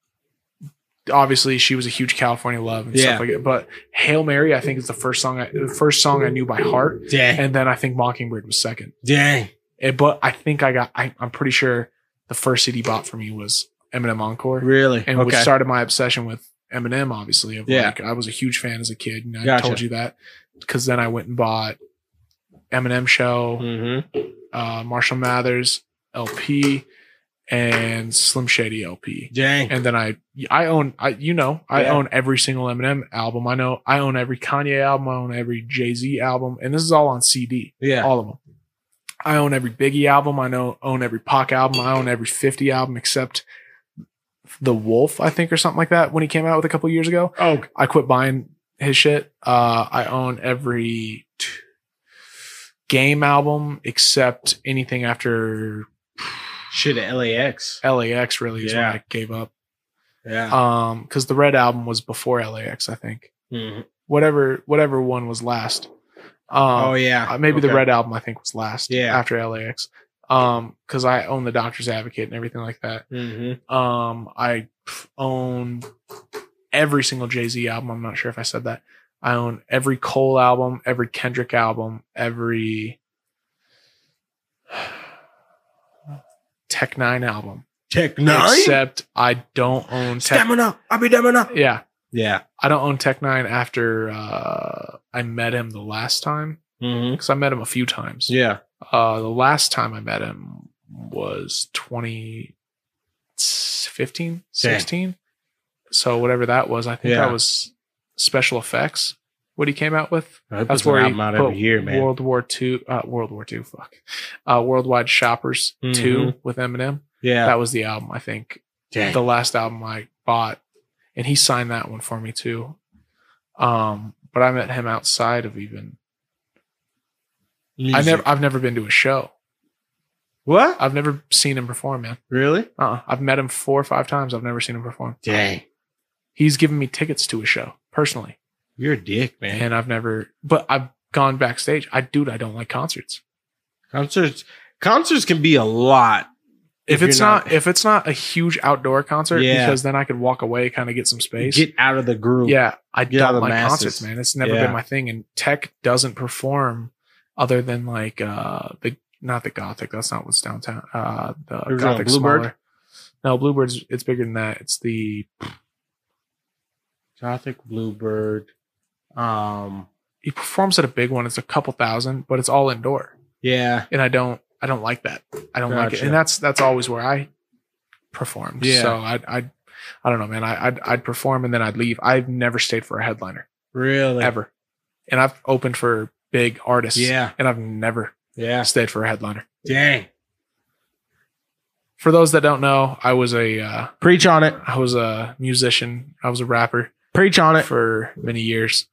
Speaker 1: obviously she was a huge California love and
Speaker 2: Yeah.
Speaker 1: stuff like that. But "Hail Mary" I think is the first song I, the first song I knew by heart,
Speaker 2: Dang.
Speaker 1: and then I think "Mockingbird" was second.
Speaker 2: Dang.
Speaker 1: Eh, but I think I got I, I'm pretty sure the first CD bought for me was Eminem Encore.
Speaker 2: Really?
Speaker 1: and which
Speaker 2: okay.
Speaker 1: started my obsession with Eminem. Obviously, of
Speaker 2: Yeah.
Speaker 1: like I was a huge fan as a kid, and I
Speaker 2: Gotcha.
Speaker 1: told you that because then I went and bought Eminem Show,
Speaker 2: Mm-hmm.
Speaker 1: uh, Marshall Mathers LP, and Slim Shady LP.
Speaker 2: Dang.
Speaker 1: And then I, I own, I you know, I
Speaker 2: Yeah.
Speaker 1: own every single Eminem album. I know I own every Kanye album. I own every Jay Z album, and this is all on CD
Speaker 2: yeah.
Speaker 1: all of them. I own every Biggie album. I know own every Pac album. I own every 50 album except The Wolf, I think, or something like that. When he came out with a couple years ago,
Speaker 2: Oh.
Speaker 1: I quit buying his shit. Uh, I own every t- game album except anything after
Speaker 2: Shit at LAX.
Speaker 1: LAX. Really is
Speaker 2: Yeah.
Speaker 1: when I gave up.
Speaker 2: Yeah.
Speaker 1: Um, because the Red album was before LAX, I think.
Speaker 2: Mhm.
Speaker 1: Whatever, whatever one was last. Um,
Speaker 2: oh yeah.
Speaker 1: Uh, maybe the
Speaker 2: Okay.
Speaker 1: red album i think was last
Speaker 2: Yeah.
Speaker 1: after lax um because i own the doctor's advocate and everything like that
Speaker 2: Mhm.
Speaker 1: um i pff, own every single jay-z album i'm not sure if i said that i own every cole album every kendrick album every tech nine album
Speaker 2: Tech
Speaker 1: except i don't own tech
Speaker 2: Stamina. I'll be stamina.
Speaker 1: yeah
Speaker 2: Yeah.
Speaker 1: i don't own tech nine after uh i met him the last time
Speaker 2: Mm-hmm.
Speaker 1: because i met him a few times
Speaker 2: Yeah.
Speaker 1: Uh, the last time I met him was 2015, 16. So whatever that was, I think
Speaker 2: Yeah.
Speaker 1: that was special effects. What he came out with?
Speaker 2: That's where I'm out
Speaker 1: put
Speaker 2: every year, man.
Speaker 1: World War Two, uh, World War Two, fuck, uh, Worldwide Shoppers Two with Eminem.
Speaker 2: Mm-hmm. yeah.
Speaker 1: That was the album I think,
Speaker 2: Dang.
Speaker 1: the last album I bought, and he signed that one for me too. Um, but I met him outside of even. I
Speaker 2: Music.
Speaker 1: never, I've never been to a show.
Speaker 2: What?
Speaker 1: I've never seen him perform, man.
Speaker 2: Really?
Speaker 1: Uh-uh. I've met him four or five times. I've never seen him perform.
Speaker 2: Dang.
Speaker 1: He's given me tickets to a show personally,
Speaker 2: You're a dick, man.
Speaker 1: and I've never. But I've gone backstage. I dude, I don't like concerts.
Speaker 2: Concerts concerts can be a lot.
Speaker 1: If,
Speaker 2: you're
Speaker 1: it's not, if it's not a huge outdoor concert,
Speaker 2: Yeah.
Speaker 1: because then I could walk away, kind of get some space.
Speaker 2: get out of the groove.
Speaker 1: yeah, I
Speaker 2: get out
Speaker 1: don't
Speaker 2: of the
Speaker 1: like
Speaker 2: masses.
Speaker 1: concerts, man. It's never
Speaker 2: Yeah.
Speaker 1: been my thing. And Tech doesn't perform other than like uh the not the Gothic. That's not what's downtown. Uh, the
Speaker 2: Or, uh,
Speaker 1: Gothic
Speaker 2: Bluebird?
Speaker 1: smaller. No, Bluebird's it's bigger than that. It's the
Speaker 2: Gothic Bluebird. Um
Speaker 1: he performs at a big one. It's a couple thousand, but it's all indoor,
Speaker 2: yeah.
Speaker 1: and I don't I don't like that. I don't like it,
Speaker 2: Gotcha.
Speaker 1: and that's that's always where I performed.
Speaker 2: Yeah.
Speaker 1: So I I I don't know, man. I I'd, I'd perform and then I'd leave. I've never stayed for a headliner
Speaker 2: Really?
Speaker 1: ever, and I've opened for big artists.
Speaker 2: Yeah.
Speaker 1: and I've never
Speaker 2: Yeah.
Speaker 1: stayed for a headliner.
Speaker 2: Dang.
Speaker 1: For those that don't know, I was a uh,
Speaker 2: Preach on it.
Speaker 1: I was a musician. I was a rapper
Speaker 2: Preach on it.
Speaker 1: for many years,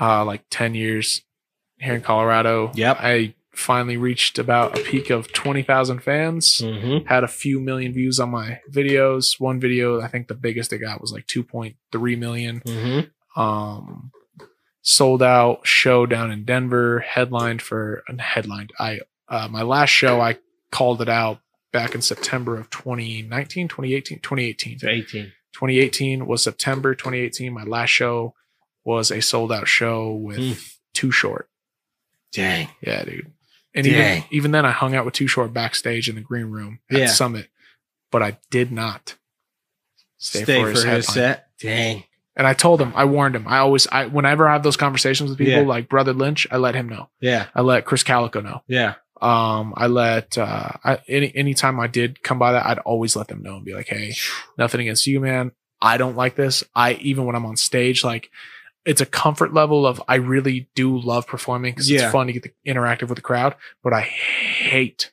Speaker 1: uh, like ten years here in Colorado.
Speaker 2: Yep.
Speaker 1: I finally reached about a peak of 20,000 fans.
Speaker 2: Mm-hmm.
Speaker 1: Had a few million views on my videos. One video, I think the biggest it got was like 2.3 million.
Speaker 2: Mm-hmm.
Speaker 1: Um, sold out show down in Denver. Headlined for and headlined. I uh, my last show, I called it out back in September of 2019, 2018, 2018.
Speaker 2: to 18.
Speaker 1: 2018 was September 2018. My last show was a sold out show with Too Short.
Speaker 2: Dang.
Speaker 1: Yeah, dude. And
Speaker 2: Dang.
Speaker 1: even, even then, I hung out with Too Short backstage in the green room at
Speaker 2: Yeah.
Speaker 1: Summit, but I did not
Speaker 2: Stay, for, his,
Speaker 1: headline.
Speaker 2: set. Dang.
Speaker 1: And I told him, I warned him. I always, I whenever I have those conversations with people
Speaker 2: Yeah.
Speaker 1: like Brother Lynch, I let him know.
Speaker 2: Yeah.
Speaker 1: I let Chris Calico know.
Speaker 2: Yeah.
Speaker 1: Um, I let uh, I, any anytime I did come by that, I'd always let them know and be like, "Hey, nothing against you, man. I don't like this. I even when I'm on stage, like, it's a comfort level of I really do love performing because
Speaker 2: Yeah.
Speaker 1: it's fun to get the, interactive with the crowd, but I hate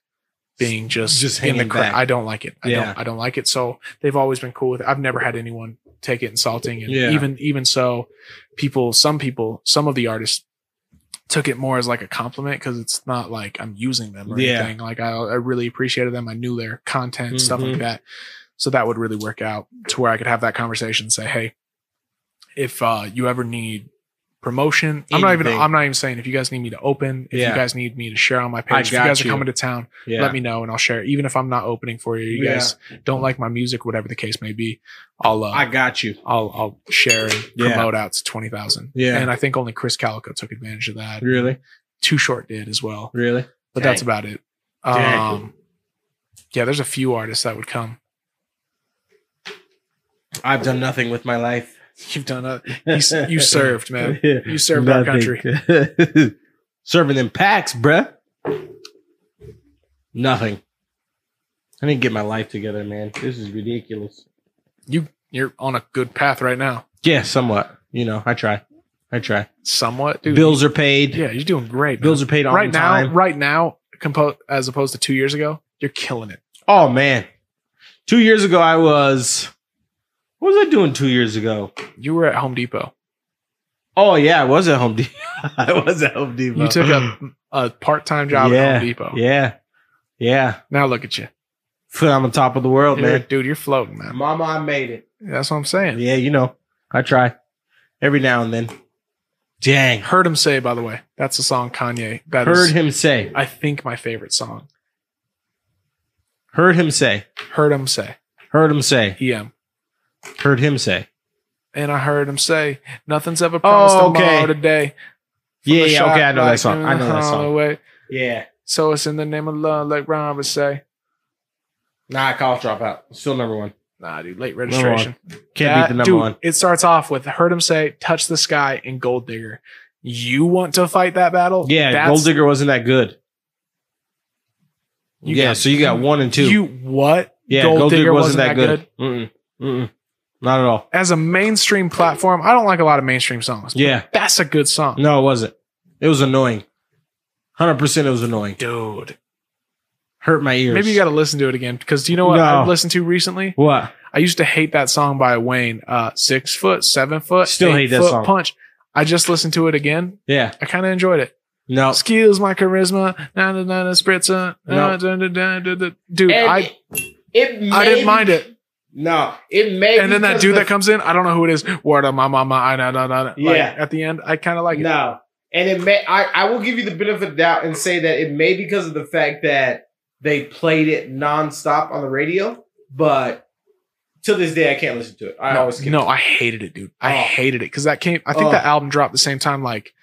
Speaker 1: being just
Speaker 2: Just
Speaker 1: in the
Speaker 2: hanging
Speaker 1: crowd.
Speaker 2: back.
Speaker 1: I don't like it. I
Speaker 2: Yeah.
Speaker 1: don't. I don't like it. So they've always been cool with it. I've never had anyone take it insulting, and
Speaker 2: Yeah.
Speaker 1: even even so, people, some people, some of the artists took it more as like a compliment because it's not like I'm using them or
Speaker 2: Yeah.
Speaker 1: anything. Like I, I really appreciated them. I knew their content, stuff
Speaker 2: Mhm.
Speaker 1: like that. So that would really work out to where I could have that conversation and say, Hey, if uh, you ever need promotion, I'm not even,
Speaker 2: Anything.
Speaker 1: I'm not even saying if you guys need me to open, if
Speaker 2: Yeah.
Speaker 1: you guys need me to share on my
Speaker 2: I
Speaker 1: page, if you
Speaker 2: got
Speaker 1: guys
Speaker 2: you.
Speaker 1: are coming to town,
Speaker 2: Yeah.
Speaker 1: let me know and I'll share. it. Even if I'm not opening for you, you
Speaker 2: Yeah.
Speaker 1: guys don't like my music, whatever the case may be, I'll, uh,
Speaker 2: I got you.
Speaker 1: I'll, I'll share and
Speaker 2: Yeah.
Speaker 1: promote out to 20,000.
Speaker 2: Yeah.
Speaker 1: And I think only Chris Calico took advantage of that.
Speaker 2: Really?
Speaker 1: Too Short did as well,
Speaker 2: Really?
Speaker 1: but
Speaker 2: Dang.
Speaker 1: that's about it.
Speaker 2: Dang.
Speaker 1: Um, yeah, there's a few artists that would come.
Speaker 2: I've done nothing with my life.
Speaker 1: You've done a, you, s- you served, man. You served our country.
Speaker 2: country. Serving them packs, bruh. Nothing. I didn't get my life together, man. This is ridiculous.
Speaker 1: You you're on a good path right now,
Speaker 2: Yeah, somewhat. You know, I try. I try.
Speaker 1: somewhat, dude.
Speaker 2: Bills are paid.
Speaker 1: yeah, you're doing great. man.
Speaker 2: Bills are paid on
Speaker 1: right now,
Speaker 2: time.
Speaker 1: right now, compo- as opposed to two years ago, you're killing it.
Speaker 2: Oh man. Two years ago I was what was I doing two years ago?
Speaker 1: You were at Home Depot.
Speaker 2: Oh yeah, I was at Home Depot. I was at Home Depot.
Speaker 1: You took a a part time job
Speaker 2: yeah,
Speaker 1: at Home Depot.
Speaker 2: Yeah. Yeah.
Speaker 1: Now look at you,
Speaker 2: Foot on the top of the world,
Speaker 1: You're-
Speaker 2: man.
Speaker 1: dude. You're floating, man.
Speaker 2: Mama, I made it.
Speaker 1: That's what I'm saying.
Speaker 2: Yeah, you know. I try. Every now and then. Dang.
Speaker 1: Heard him say, by the way, that's the song Kanye. That is
Speaker 2: Heard him say.
Speaker 1: I think my favorite song.
Speaker 2: Heard him say.
Speaker 1: Heard him say, E
Speaker 2: Heard him say.
Speaker 1: EM.
Speaker 2: Heard him say.
Speaker 1: And I heard him say, nothing's ever promised
Speaker 2: Oh, okay.
Speaker 1: tomorrow today. From
Speaker 2: Yeah,
Speaker 1: the
Speaker 2: yeah,
Speaker 1: shot
Speaker 2: okay, I know
Speaker 1: like
Speaker 2: that song. I know that song.
Speaker 1: Holloway.
Speaker 2: Yeah.
Speaker 1: So it's in the name of love, like Ron would say.
Speaker 2: Nah, college dropout. Still number one.
Speaker 1: Nah, dude, late registration. That-
Speaker 2: Can't beat the number
Speaker 1: dude,
Speaker 2: one.
Speaker 1: It starts off with heard him say, touch the sky and gold digger. You want to fight that battle?
Speaker 2: Yeah,
Speaker 1: That's-
Speaker 2: Gold Digger wasn't that good.
Speaker 1: You
Speaker 2: yeah,
Speaker 1: got-
Speaker 2: so you got one and two.
Speaker 1: You what?
Speaker 2: yeah, Gold, Digger, wasn't, that good. Mm-mm, mm-mm, not at all.
Speaker 1: As a mainstream platform, I don't like a lot of mainstream songs. but
Speaker 2: Yeah,
Speaker 1: That's a good song.
Speaker 2: no, it wasn't. It was annoying. Hundred percent, it was annoying.
Speaker 1: Dude.
Speaker 2: Hurt my ears.
Speaker 1: Maybe you got to listen to it again because do you know what
Speaker 2: No.
Speaker 1: I've listened to recently?
Speaker 2: what?
Speaker 1: I used to hate that song by Wayne, uh, six foot, seven foot,
Speaker 2: Still hate that
Speaker 1: foot
Speaker 2: song.
Speaker 1: Punch. I just listened to it again.
Speaker 2: Yeah,
Speaker 1: I kind of enjoyed it.
Speaker 2: no.
Speaker 1: Skills, my charisma, na na na na spritzer, na, da, da, da, da, da. dude. I
Speaker 2: it
Speaker 1: I didn't mind it.
Speaker 2: No, it may.
Speaker 1: And then that dude that comes in, I don't know who it is. Word on my mama, I na na na. na. Like,
Speaker 2: Yeah.
Speaker 1: at the end, I kind of like it.
Speaker 2: No. And it may I, I will give you the benefit of the doubt and say that it may because of the fact that they played it nonstop on the radio, but to this day I can't listen to it. I
Speaker 1: No,
Speaker 2: always can't.
Speaker 1: no, I hated it, dude. I
Speaker 2: Oh.
Speaker 1: hated it because that came. I think
Speaker 2: Oh.
Speaker 1: that album dropped the same time. Like,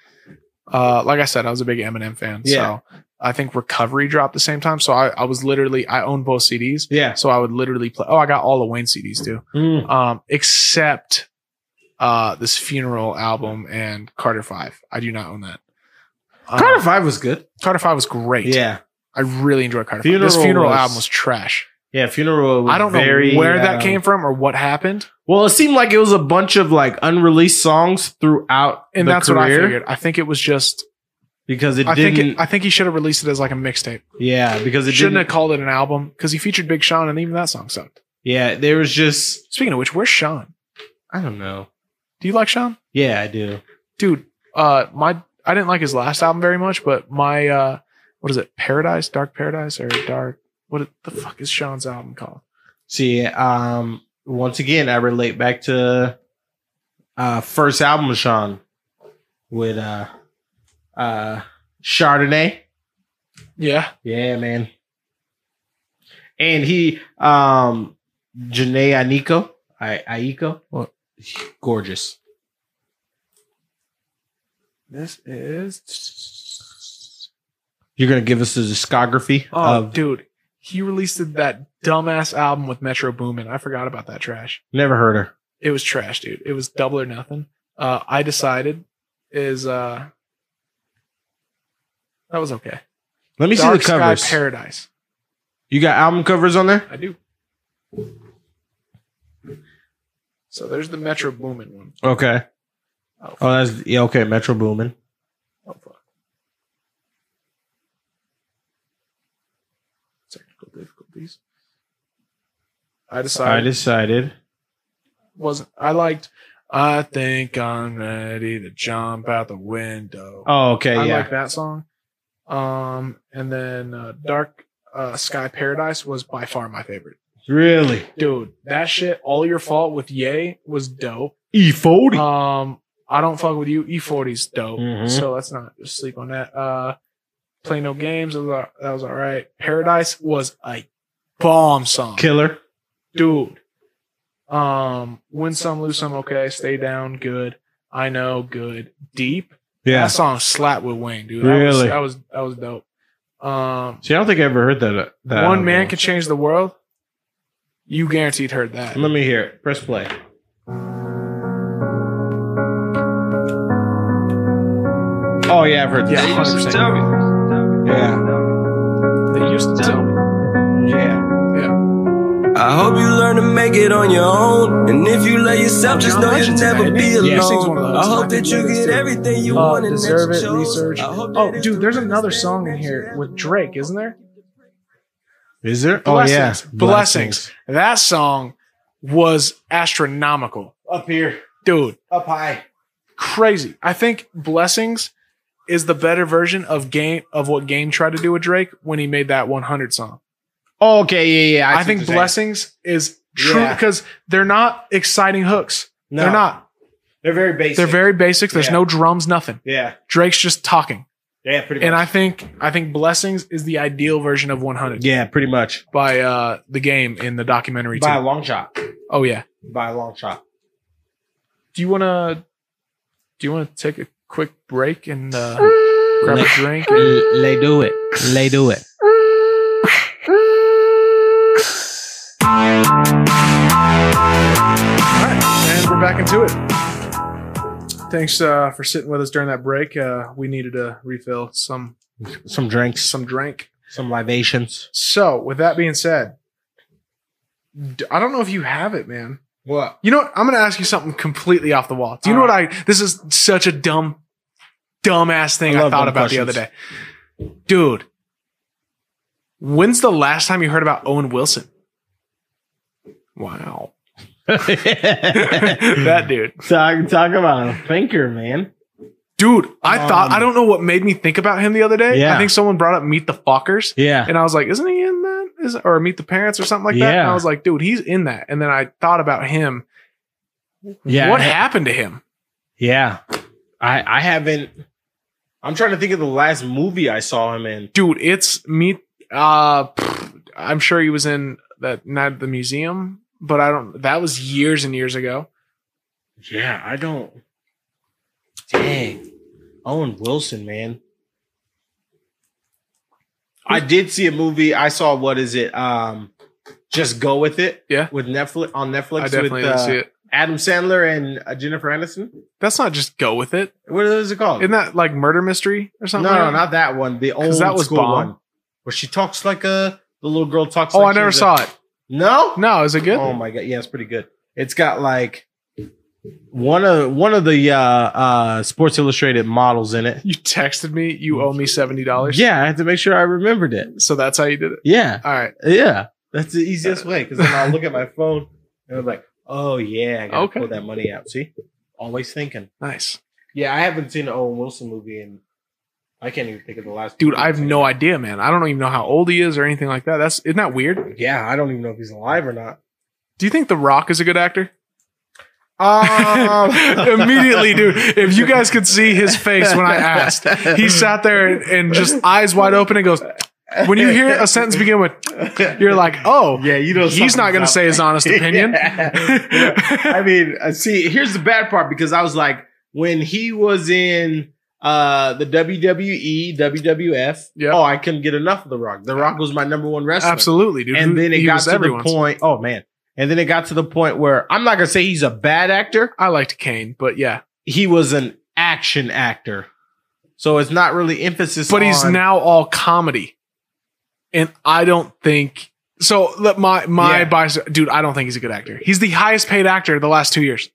Speaker 1: uh, like I said, I was a big Eminem fan.
Speaker 2: Yeah.
Speaker 1: So I think Recovery dropped the same time. So I, I was literally I owned both CDs.
Speaker 2: Yeah.
Speaker 1: So I would literally play. Oh, I got all the Wayne CDs too, um, except uh, this Funeral album and Carter Five. I do not own that. Um,
Speaker 2: Carter Five was good.
Speaker 1: Carter Five was great.
Speaker 2: Yeah.
Speaker 1: I really enjoyed Carter Five. This
Speaker 2: Funeral
Speaker 1: Funeral
Speaker 2: was-
Speaker 1: album was trash.
Speaker 2: Yeah, funeral. Was
Speaker 1: I don't know
Speaker 2: very,
Speaker 1: where that
Speaker 2: um,
Speaker 1: came from or what happened.
Speaker 2: Well, it seemed like it was a bunch of like unreleased songs throughout,
Speaker 1: And
Speaker 2: the
Speaker 1: that's
Speaker 2: career
Speaker 1: what I figured. I think it was just
Speaker 2: because it
Speaker 1: I think
Speaker 2: didn't.
Speaker 1: it, I think he should have released it as like a mixtape.
Speaker 2: yeah, because it
Speaker 1: Shouldn't
Speaker 2: didn't.
Speaker 1: have called it an album because he featured Big Sean and even that song sucked.
Speaker 2: yeah, there was just
Speaker 1: Speaking of which, where's Sean?
Speaker 2: I don't know.
Speaker 1: Do you like Sean?
Speaker 2: Yeah, I do.
Speaker 1: Dude, uh my I didn't like his last album very much, but my uh what is it? Paradise, Dark Paradise or Dark what the fuck is Sean's album called?
Speaker 2: See, um, once again, I relate back to uh first album of Sean with uh uh Chardonnay.
Speaker 1: Yeah.
Speaker 2: Yeah, man. And he, um, Janae Aniko, I, Aiko,
Speaker 3: What?
Speaker 2: gorgeous.
Speaker 1: This is
Speaker 2: You're gonna give us a discography
Speaker 1: Oh,
Speaker 2: of
Speaker 1: dude, he released that dumbass album with Metro Boomin. I forgot about that trash.
Speaker 2: never heard her.
Speaker 1: It was trash, dude. It was double or nothing. Uh, I decided is uh, that was okay.
Speaker 2: Let me
Speaker 1: Dark
Speaker 2: see the covers.
Speaker 1: Sky Paradise.
Speaker 2: you got album covers on there?
Speaker 1: I do. So there's the Metro Boomin one.
Speaker 2: Okay.
Speaker 1: Oh,
Speaker 2: Oh, that's yeah, okay. Metro Boomin.
Speaker 1: Oh fuck. Technical difficulties. I
Speaker 2: I
Speaker 1: decided
Speaker 2: decided.
Speaker 1: wasn't I liked I think I'm ready to jump out the window.
Speaker 2: Oh, okay,
Speaker 1: I
Speaker 2: yeah.
Speaker 1: like that song. Um and then uh, Dark uh, Sky Paradise was by far my favorite.
Speaker 2: really?
Speaker 1: Dude, that shit All Your Fault with Yay was dope.
Speaker 2: E E40.
Speaker 1: Um I don't fuck with you. E40's dope.
Speaker 2: Mhm.
Speaker 1: So let's not just sleep on that. Uh Play No Games was all- that was all right. Paradise was a bomb song.
Speaker 2: Killer.
Speaker 1: dude. Um, win some, lose some. Okay, stay down. Good. I know. Good. Deep. That
Speaker 2: Yeah.
Speaker 1: song slap with Wayne, dude. That Was,
Speaker 2: Really?
Speaker 1: that was that was dope. Um,
Speaker 2: See, I don't think I ever heard that. that
Speaker 1: one
Speaker 2: album.
Speaker 1: man can change the world. You guaranteed heard that.
Speaker 2: Let me hear it. Press play. Oh yeah, I've heard
Speaker 1: Yeah,
Speaker 2: that.
Speaker 1: 100%.
Speaker 4: Tell me.
Speaker 2: Yeah.
Speaker 1: They used to tell me.
Speaker 2: Yeah.
Speaker 5: I hope you learn to make it on your own. And if you let yourself, just
Speaker 1: John
Speaker 5: know you'll
Speaker 1: Legend's
Speaker 5: never
Speaker 1: amazing.
Speaker 5: be
Speaker 1: Yeah, he sings
Speaker 5: alone.
Speaker 1: one of those.
Speaker 5: I
Speaker 1: I
Speaker 5: hope
Speaker 1: think
Speaker 5: that
Speaker 1: he
Speaker 5: you
Speaker 1: is
Speaker 5: get
Speaker 1: too.
Speaker 5: everything you
Speaker 1: Uh,
Speaker 5: want and that
Speaker 1: deserve
Speaker 5: you
Speaker 1: it.
Speaker 5: chose.
Speaker 1: Research.
Speaker 5: I hope
Speaker 1: Oh,
Speaker 5: that it's
Speaker 1: dude,
Speaker 5: the
Speaker 1: there's
Speaker 5: greatest
Speaker 1: another
Speaker 5: thing
Speaker 1: song
Speaker 5: that
Speaker 1: in
Speaker 5: you
Speaker 1: here
Speaker 5: ever
Speaker 1: with
Speaker 5: done.
Speaker 1: Drake, isn't there?
Speaker 2: Is there? Oh,
Speaker 1: Blessings. Blessings. That song was astronomical,
Speaker 2: Up here.
Speaker 1: dude.
Speaker 2: Up high.
Speaker 1: crazy. I think Blessings is the better version of game of what Game tried to do with Drake when he made that 100 song.
Speaker 2: Oh, Okay, yeah, yeah.
Speaker 1: I,
Speaker 2: see
Speaker 1: think
Speaker 2: what you're saying.
Speaker 1: Blessings is true
Speaker 2: Yeah.
Speaker 1: because they're not exciting hooks.
Speaker 2: No,
Speaker 1: They're not.
Speaker 2: They're very basic.
Speaker 1: They're very basic. There's
Speaker 2: Yeah.
Speaker 1: no drums, nothing.
Speaker 2: Yeah.
Speaker 1: Drake's just talking.
Speaker 2: Yeah, pretty
Speaker 1: And
Speaker 2: much.
Speaker 1: I think I think Blessings is the ideal version of 100
Speaker 2: yeah, pretty much.
Speaker 1: by uh the game in the documentary
Speaker 2: By a
Speaker 1: too.
Speaker 2: long shot.
Speaker 1: Oh yeah.
Speaker 2: By a long shot.
Speaker 1: Do you want to do you want to take a quick break and uh grab a drink? and-
Speaker 2: They do it. They do it.
Speaker 1: All right, and we're back into it. Thanks uh, for sitting with us during that break. Uh, we needed to refill some
Speaker 2: Some drinks,
Speaker 1: some drink.
Speaker 2: some libations.
Speaker 1: So, with that being said, d- I don't know if you have it, man.
Speaker 2: What?
Speaker 1: You know what? I'm going to ask you something completely off the wall. Do you know what I? This is such a dumb, dumbass thing
Speaker 2: I
Speaker 1: I,
Speaker 2: love
Speaker 1: thought
Speaker 2: dumb
Speaker 1: about the other
Speaker 2: questions.
Speaker 1: day, dude. When's the last time you heard about Owen Wilson? Wow, that
Speaker 2: that
Speaker 1: dude.
Speaker 2: talk, talk about a thinker, man.
Speaker 1: Dude, I thought
Speaker 2: Um,
Speaker 1: I don't know what made me think about him the other day.
Speaker 2: Yeah.
Speaker 1: I think someone brought up Meet the Fockers,
Speaker 2: Yeah.
Speaker 1: and I was like, "Isn't he in that?" Is or Meet the Parents or something like that? And
Speaker 2: Yeah.
Speaker 1: I was like, "Dude, he's in that." And then I thought about him.
Speaker 2: Yeah.
Speaker 1: what
Speaker 2: I-
Speaker 1: happened to him?
Speaker 2: Yeah. I I haven't I'm trying to think of the last movie I saw him in.
Speaker 1: Dude, it's Meet. Uh, pfft, I'm sure he was in that night at the museum, but I don't. That was years and years ago.
Speaker 2: Yeah, I don't Dang. Owen Wilson, man. I did see a movie. I saw what is it? Um Just Go With It.
Speaker 1: Yeah.
Speaker 2: With Netflix on Netflix
Speaker 1: I definitely
Speaker 2: with
Speaker 1: didn't
Speaker 2: uh,
Speaker 1: see it.
Speaker 2: Adam Sandler and uh, Jennifer Aniston.
Speaker 1: That's not just go with it.
Speaker 2: What is it called?
Speaker 1: Isn't that like murder mystery or
Speaker 2: no,
Speaker 1: something? like
Speaker 2: no,
Speaker 1: that?
Speaker 2: not that one. The old
Speaker 1: 'Cause that was
Speaker 2: school
Speaker 1: bomb.
Speaker 2: one. Where she talks like a the little girl talks
Speaker 1: Oh,
Speaker 2: like
Speaker 1: I never
Speaker 2: she's a-
Speaker 1: saw it.
Speaker 2: No?
Speaker 1: No, is it good?
Speaker 2: Oh my god, yeah, it's pretty good. It's got like one of one of the uh uh Sports Illustrated models in it.
Speaker 1: You texted me. You owe me seventy dollars.
Speaker 2: Yeah, I had to make sure I remembered it.
Speaker 1: So that's how you did it.
Speaker 2: Yeah,
Speaker 1: All right.
Speaker 2: yeah. That's the easiest way because then I'll look at my phone and I'm like, oh yeah, I gotta
Speaker 1: Okay.
Speaker 2: pull that money out. See? Always thinking.
Speaker 1: Nice.
Speaker 2: Yeah, I haven't seen an Owen Wilson movie in I can't even think of the last
Speaker 1: Dude,
Speaker 2: movie
Speaker 1: I have
Speaker 2: seen.
Speaker 1: no idea, man. I don't even know how old he is or anything like that. That's isn't that weird?
Speaker 2: Yeah, I don't even know if he's alive or not.
Speaker 1: Do you think The Rock is a good actor?
Speaker 2: Um,
Speaker 1: Immediately, dude. If you guys could see his face when I asked, he sat there and, and just eyes wide open and goes, When you hear a sentence begin with, you're like, oh,
Speaker 2: Yeah, you know
Speaker 1: he's not going to
Speaker 2: something's
Speaker 1: say
Speaker 2: up.
Speaker 1: his honest opinion.
Speaker 2: Yeah. Yeah. I mean, uh, see, here's the bad part because I was like, when he was in uh the E, WWE, WWF,
Speaker 1: Yeah.
Speaker 2: oh, I couldn't get enough of The Rock. The Rock was my number one wrestler.
Speaker 1: Absolutely, dude.
Speaker 2: And
Speaker 1: Who-
Speaker 2: then it
Speaker 1: he
Speaker 2: got
Speaker 1: was
Speaker 2: to
Speaker 1: everyone's.
Speaker 2: the point. Oh man. And then it got to the point where I'm not gonna say he's a bad actor.
Speaker 1: I liked Kane, but yeah.
Speaker 2: He was an action actor. So it's not really emphasis
Speaker 1: but he's
Speaker 2: on-
Speaker 1: now all comedy, and I don't think so. Let my my
Speaker 2: Yeah.
Speaker 1: bias, dude. I don't think he's a good actor. He's the highest paid actor the last two years,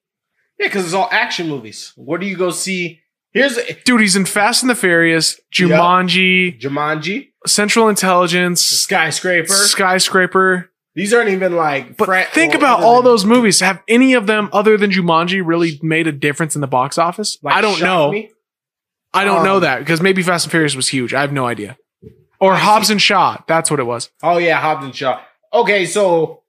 Speaker 2: Yeah, because it's all action movies. What do you go see? Here's
Speaker 1: dude. He's in Fast and the Furious,
Speaker 2: Yeah.
Speaker 1: Jumanji,
Speaker 2: Jumanji,
Speaker 1: Central Intelligence,
Speaker 2: Skyscraper.
Speaker 1: Skyscraper.
Speaker 2: These aren't even like.
Speaker 1: But
Speaker 2: Fran-
Speaker 1: think
Speaker 2: well,
Speaker 1: about
Speaker 2: other
Speaker 1: all
Speaker 2: than-
Speaker 1: those movies. Have any of them other than Jumanji really made a difference in the box office?
Speaker 2: like,
Speaker 1: I don't
Speaker 2: Shock
Speaker 1: know.
Speaker 2: Me.
Speaker 1: I don't know
Speaker 2: Um,
Speaker 1: that because maybe Fast and Furious was huge. I have no idea. Or Hobbs and Shaw. That's what it was.
Speaker 2: Oh yeah, Hobbs and Shaw. Okay, so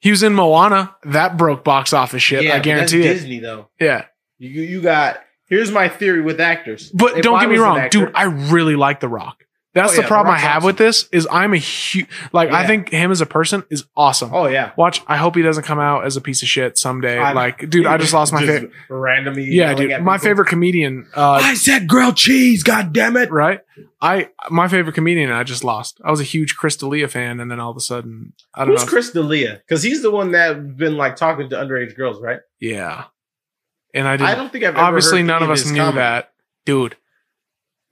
Speaker 1: He was in Moana. That broke box office shit.
Speaker 2: yeah,
Speaker 1: I
Speaker 2: but
Speaker 1: guarantee
Speaker 2: that's
Speaker 1: it.
Speaker 2: Disney though.
Speaker 1: Yeah.
Speaker 2: You you got. Here's my theory with actors.
Speaker 1: But
Speaker 2: If
Speaker 1: don't
Speaker 2: I
Speaker 1: get me
Speaker 2: was an
Speaker 1: wrong,
Speaker 2: actor-
Speaker 1: dude. I really like The Rock. That's
Speaker 2: Oh,
Speaker 1: the
Speaker 2: yeah, The
Speaker 1: problem I
Speaker 2: Rock's
Speaker 1: have
Speaker 2: awesome.
Speaker 1: with this is I'm a huge like I
Speaker 2: Yeah.
Speaker 1: think him as a person is awesome.
Speaker 2: Oh yeah,
Speaker 1: Watch, I hope he doesn't come out as a piece of shit someday.
Speaker 2: I'm-
Speaker 1: like, dude, I just lost my favorite.
Speaker 2: Randomly,
Speaker 1: Yeah,
Speaker 2: yelling
Speaker 1: dude,
Speaker 2: at
Speaker 1: my
Speaker 2: people.
Speaker 1: favorite comedian. Uh,
Speaker 2: I said grilled cheese. God damn it!
Speaker 1: right? I my favorite comedian. I just lost. I was a huge Chris D'Elia fan, and then all of a sudden, I don't
Speaker 2: Who's
Speaker 1: know.
Speaker 2: Chris D'Elia? Because he's the one that been like talking to underage girls, right?
Speaker 1: yeah, and I didn't.
Speaker 2: I don't think I've ever
Speaker 1: obviously
Speaker 2: heard
Speaker 1: none
Speaker 2: any
Speaker 1: of us
Speaker 2: his
Speaker 1: knew
Speaker 2: comedy.
Speaker 1: that dude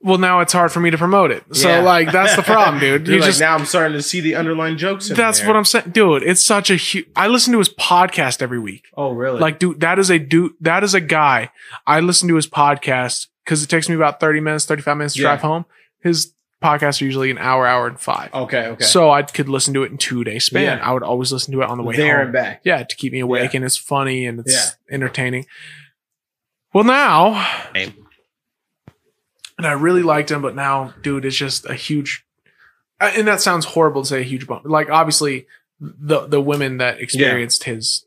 Speaker 1: well now it's hard for me to promote it so
Speaker 2: Yeah.
Speaker 1: like that's the problem dude
Speaker 2: You're
Speaker 1: you
Speaker 2: like,
Speaker 1: just
Speaker 2: now I'm starting to see the underlying jokes. In
Speaker 1: that's
Speaker 2: there.
Speaker 1: what i'm saying dude it's such a huge i listen to his podcast every week
Speaker 2: Oh really?
Speaker 1: like dude that is a dude that is a guy i listen to his podcast because it takes me about 30 minutes 35 minutes to
Speaker 2: Yeah.
Speaker 1: drive home his podcasts are usually an hour hour and five
Speaker 2: okay, okay.
Speaker 1: so i could listen to it in two day span
Speaker 2: Yeah.
Speaker 1: i would always listen to it on the way
Speaker 2: there
Speaker 1: home
Speaker 2: and back.
Speaker 1: yeah to keep me awake and it's funny and it's entertaining well now
Speaker 2: Hey.
Speaker 1: and i really liked him but now dude it's just a huge uh, and that sounds horrible to say a huge bump like obviously the the women that experienced his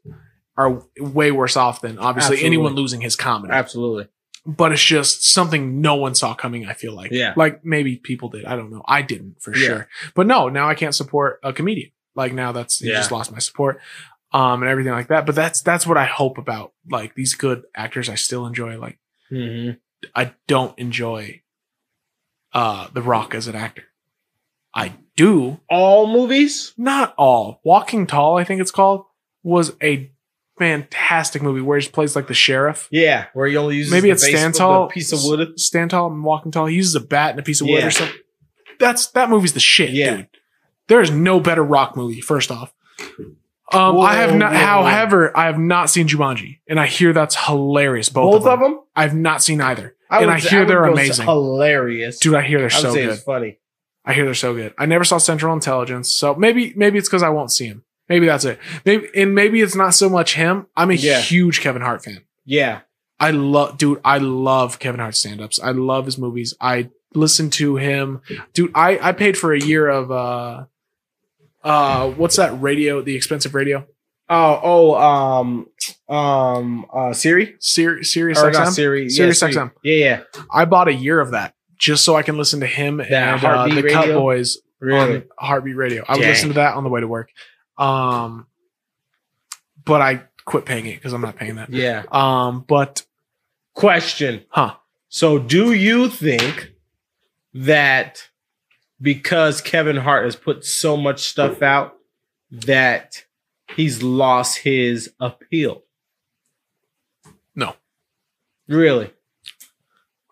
Speaker 1: are way worse off than obviously
Speaker 2: Absolutely.
Speaker 1: anyone losing his comedy
Speaker 2: Absolutely.
Speaker 1: but it's just something no one saw coming i feel like
Speaker 2: Yeah.
Speaker 1: like maybe people did i don't know i didn't for
Speaker 2: Yeah.
Speaker 1: sure but no now i can't support a comedian like now that's you
Speaker 2: Yeah.
Speaker 1: just lost my support um and everything like that but that's that's what i hope about like these good actors i still enjoy like
Speaker 2: Mm-hmm.
Speaker 1: i don't enjoy uh the rock as an actor i do
Speaker 2: All movies.
Speaker 1: not all walking tall i think it's called was a fantastic movie where he just plays like the sheriff
Speaker 2: Yeah, where he only uses
Speaker 1: Maybe
Speaker 2: the
Speaker 1: it's
Speaker 2: base
Speaker 1: stand
Speaker 2: the
Speaker 1: tall,
Speaker 2: piece of wood.
Speaker 1: stand tall and walking tall. He uses a bat and a piece of wood
Speaker 2: Yeah.
Speaker 1: or something. That's that movie's the shit,
Speaker 2: Yeah.
Speaker 1: dude. There is no better rock movie. First off, um, I have
Speaker 2: Whoa,
Speaker 1: not.
Speaker 2: whoa, whoa.
Speaker 1: However, I have not seen Jumanji, and I hear that's hilarious. Both,
Speaker 2: Both of them.
Speaker 1: I've not seen either, and I
Speaker 2: say-
Speaker 1: hear
Speaker 2: would
Speaker 1: they're
Speaker 2: go
Speaker 1: amazing,
Speaker 2: hilarious.
Speaker 1: dude. I hear they're
Speaker 2: I would
Speaker 1: so
Speaker 2: say
Speaker 1: good.
Speaker 2: it's funny.
Speaker 1: I hear they're so good. I never saw Central Intelligence, so maybe maybe it's because I won't see him. Maybe that's it. Maybe and maybe it's not so much him. I'm a
Speaker 2: Yeah.
Speaker 1: huge Kevin Hart fan.
Speaker 2: Yeah,
Speaker 1: I love, dude. I love Kevin Hart stand-ups. I love his movies. I listen to him, dude. I I paid for a year of uh, uh, what's that radio? The expensive radio,
Speaker 2: Oh, oh, um, um, uh, Siri
Speaker 1: Sir, Sirius
Speaker 2: or not
Speaker 1: XM.
Speaker 2: Siri?
Speaker 1: Sirius
Speaker 2: yeah, Siri.
Speaker 1: XM.
Speaker 2: Yeah, yeah,
Speaker 1: I bought a year of that just so I can listen to him and uh,
Speaker 2: Heartbeat
Speaker 1: the Cut
Speaker 2: Radio?
Speaker 1: Boys
Speaker 2: really.
Speaker 1: on Heartbeat Radio. I would
Speaker 2: Dang.
Speaker 1: listen to that on the way to work, um, but I quit paying it because I'm not paying that.
Speaker 2: Yeah.
Speaker 1: Um, but
Speaker 2: Question.
Speaker 1: huh,
Speaker 2: So, do you think that because Kevin Hart has put so much stuff out that he's lost his appeal?
Speaker 1: No.
Speaker 2: Really?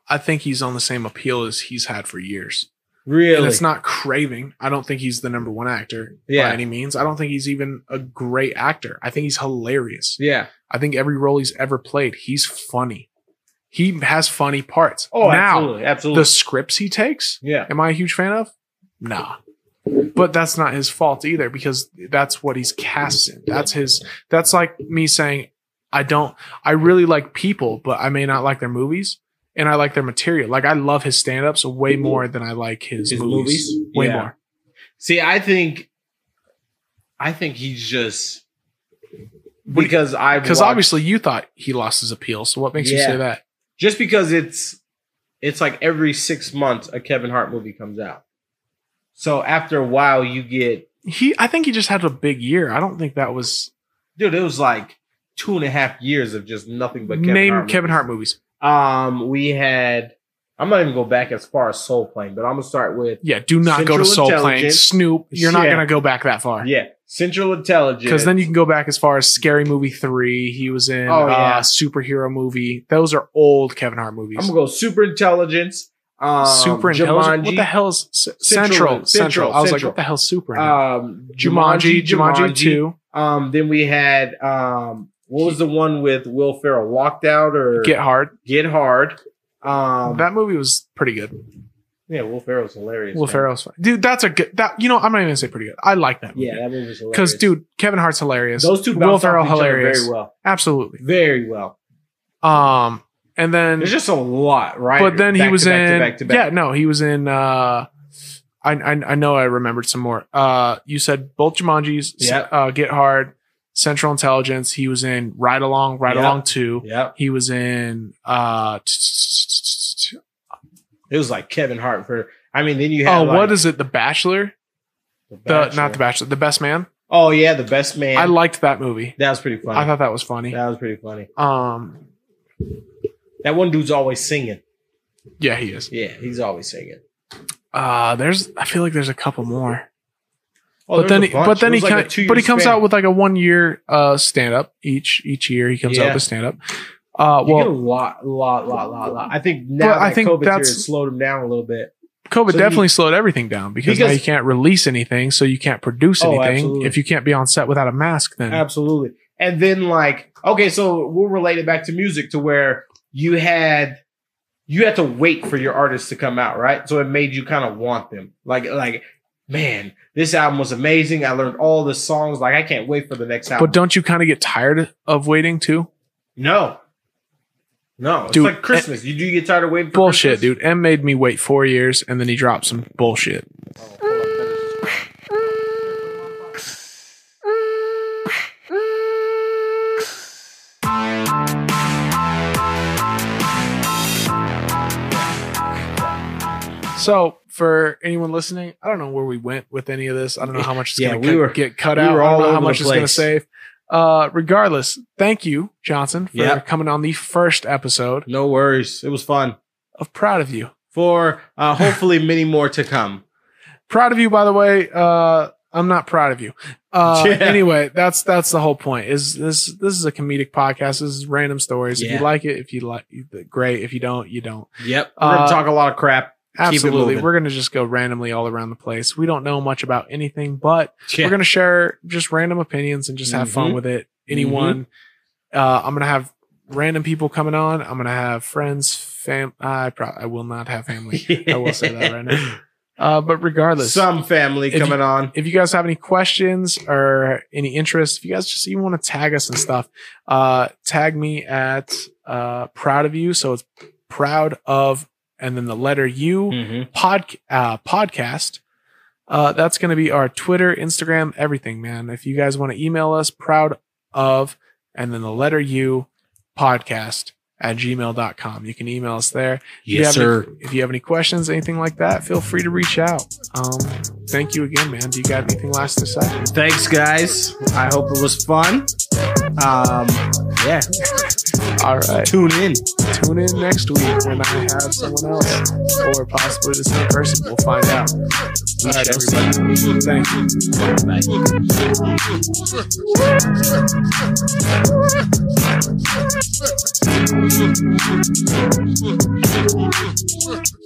Speaker 1: I think he's on the same appeal as he's had for years.
Speaker 2: Really?
Speaker 1: And it's not craving. I don't think he's the number one actor
Speaker 2: Yeah.
Speaker 1: by any means. I don't think he's even a great actor. I think he's hilarious.
Speaker 2: yeah.
Speaker 1: I think every role he's ever played, he's funny. He has funny parts.
Speaker 2: Oh,
Speaker 1: now
Speaker 2: absolutely. Absolutely.
Speaker 1: the scripts he takes,
Speaker 2: yeah.
Speaker 1: am I a huge fan of? Nah. But that's not his fault either because that's what he's cast in. That's his that's like me saying I don't I really like people, but I may not like their movies and I like their material. Like I love his stand-ups way more than I like his,
Speaker 2: His
Speaker 1: movies.
Speaker 2: movies?
Speaker 1: Way
Speaker 2: Yeah.
Speaker 1: more.
Speaker 2: See, I think, I think he's just
Speaker 1: What do you-
Speaker 2: because I
Speaker 1: Because obviously you thought he lost his appeal, so what makes you say
Speaker 2: Yeah.
Speaker 1: that?
Speaker 2: just because it's it's like every six months a Kevin Hart movie comes out. So after a while, you get
Speaker 1: He, I think he just had a big year. I don't think that was
Speaker 2: dude. It was like two and a half years of just nothing but Kevin
Speaker 1: name
Speaker 2: Hart
Speaker 1: Kevin
Speaker 2: movies.
Speaker 1: Hart movies.
Speaker 2: Um, we had. I'm not even go back as far as Soul Plane, but I'm gonna start with
Speaker 1: Yeah, do not go to
Speaker 2: Central
Speaker 1: Soul Plane.
Speaker 2: Intelligence.
Speaker 1: Snoop, you're not
Speaker 2: Yeah.
Speaker 1: gonna go back that far.
Speaker 2: yeah Central Intelligence.
Speaker 1: Because then you can go back as far as Scary Movie Three. He was in
Speaker 2: Oh, yeah.
Speaker 1: uh, superhero movie. Those are old Kevin Hart movies.
Speaker 2: I'm gonna go Super Intelligence. Um,
Speaker 1: super intelligent. What the hell is C-
Speaker 2: Central,
Speaker 1: Central? Central.
Speaker 2: Central,
Speaker 1: I was like,
Speaker 2: Central.
Speaker 1: what the hell? is Super. Intelligent?
Speaker 2: Um,
Speaker 1: Jumanji, Jumanji, Two,
Speaker 2: Um, then we had um, what was the one with Will Ferrell? Locked Out or
Speaker 1: Get Hard.
Speaker 2: Get Hard? Um,
Speaker 1: that movie was pretty good.
Speaker 2: yeah, Will Ferrell's hilarious.
Speaker 1: Will
Speaker 2: man.
Speaker 1: Ferrell's fun. dude. That's a good. That you know, I'm not even gonna say pretty good. I like that.
Speaker 2: Yeah, that movie's hilarious.
Speaker 1: because dude, Kevin Hart's hilarious.
Speaker 2: those two
Speaker 1: Will
Speaker 2: bounce
Speaker 1: Ferrell
Speaker 2: off each other
Speaker 1: hilarious.
Speaker 2: very well,
Speaker 1: Absolutely.
Speaker 2: very well.
Speaker 1: Um, and then
Speaker 2: There's just a lot, right?
Speaker 1: but then he
Speaker 2: Back to
Speaker 1: was
Speaker 2: back to
Speaker 1: in
Speaker 2: back to back.
Speaker 1: yeah no he was in uh I, I I know I remembered some more uh you said both Jumanji's
Speaker 2: Yep.
Speaker 1: uh Get Hard Central Intelligence he was in Ride Along Ride
Speaker 2: Yep.
Speaker 1: Along Two
Speaker 2: Yep.
Speaker 1: he was in uh
Speaker 2: It was like Kevin Hart for. I mean, then you had.
Speaker 1: oh
Speaker 2: like,
Speaker 1: what is it The Bachelor the
Speaker 2: the, Bachelor.
Speaker 1: not The Bachelor The Best Man
Speaker 2: Oh yeah, the best man.
Speaker 1: I liked that movie
Speaker 2: that was pretty funny.
Speaker 1: I thought that was funny
Speaker 2: that was pretty funny.
Speaker 1: um
Speaker 2: That one dude's always singing.
Speaker 1: yeah he is
Speaker 2: Yeah, he's always singing.
Speaker 1: uh there's I feel like there's a couple more
Speaker 2: Oh,
Speaker 1: but
Speaker 2: there's
Speaker 1: then,
Speaker 2: a
Speaker 1: he,
Speaker 2: bunch.
Speaker 1: but then
Speaker 2: It
Speaker 1: he,
Speaker 2: was like a
Speaker 1: kind
Speaker 2: two-year
Speaker 1: but he comes
Speaker 2: span.
Speaker 1: out with like a one year uh stand up each each year he comes
Speaker 2: Yeah.
Speaker 1: out with stand up. Uh,
Speaker 2: you get a
Speaker 1: well,
Speaker 2: lot, lot, lot, lot, lot. I think now
Speaker 1: But I
Speaker 2: that
Speaker 1: think
Speaker 2: COVID
Speaker 1: that's-
Speaker 2: period slowed him down a little bit.
Speaker 1: COVID
Speaker 2: so
Speaker 1: definitely slowed everything down because, now
Speaker 2: Because-
Speaker 1: you can't release anything, so you can't produce
Speaker 2: Oh,
Speaker 1: anything.
Speaker 2: absolutely.
Speaker 1: If you can't be on set without a mask, then
Speaker 2: Absolutely. And then like, okay, so we'll relate it back to music to where you had you had to wait for your artists to come out, right? So it made you kind of want them. Like like, man, this album was amazing. I learned all the songs. Like I can't wait for the next album.
Speaker 1: but don't you kind of get tired of waiting too?
Speaker 2: no. No, it's
Speaker 1: Dude,
Speaker 2: like Christmas. you do get tired of waiting for
Speaker 1: Bullshit,
Speaker 2: Christmas?
Speaker 1: dude. M made me wait four years, and then he dropped some bullshit. So, for anyone listening, I don't know where we went with any of this. I don't know how much it's
Speaker 2: Yeah,
Speaker 1: going
Speaker 2: we
Speaker 1: to
Speaker 2: were-
Speaker 1: get cut
Speaker 2: we
Speaker 1: out.
Speaker 2: were
Speaker 1: I
Speaker 2: all
Speaker 1: don't know
Speaker 2: over
Speaker 1: how
Speaker 2: the
Speaker 1: much it's going to
Speaker 2: place.
Speaker 1: save. Uh, regardless, thank you, Johnson, for
Speaker 2: Yep.
Speaker 1: coming on the first episode
Speaker 2: No worries. It was fun.
Speaker 1: of Proud of You.
Speaker 2: For uh, hopefully many more to come.
Speaker 1: proud of you by the way uh i'm not proud of you uh
Speaker 2: Yeah.
Speaker 1: anyway that's that's the whole point is this this is a comedic podcast this is random stories if
Speaker 2: Yeah.
Speaker 1: you like it if you like great if you don't you don't
Speaker 2: Yep. We're gonna
Speaker 1: Uh,
Speaker 2: talk a lot of crap. it
Speaker 1: absolutely
Speaker 2: moving.
Speaker 1: we're gonna just go randomly all around the place we don't know much about anything but we're gonna share just random opinions and just have fun
Speaker 2: Mhm.
Speaker 1: with it anyone
Speaker 2: Mm-hmm.
Speaker 1: uh i'm gonna have random people coming on i'm gonna have friends fam i probably i will not have family I will say that right now. uh but regardless
Speaker 2: Some family
Speaker 1: If you-
Speaker 2: coming on.
Speaker 1: Um, if you guys have any questions or any interest, if you guys just even want to tag us and stuff, uh, tag me at uh, proud of you. So it's proud of and then the letter U pod uh, podcast. Uh, that's going to be our Twitter, Instagram, everything, man. If you guys want to email us, proud of and then the letter U podcast at gmail.com. You can email us there. Yes, sir. if you have any questions, anything like that, feel free to reach out. Um, thank you again, man. Do you got anything last to say?
Speaker 2: Thanks, guys. I hope it was fun. Um, yeah,
Speaker 1: All right.
Speaker 2: tune in.
Speaker 1: Tune in next week when I have someone else or possibly the same person. We'll find out. All right, everybody. Thank you.
Speaker 6: Thank you.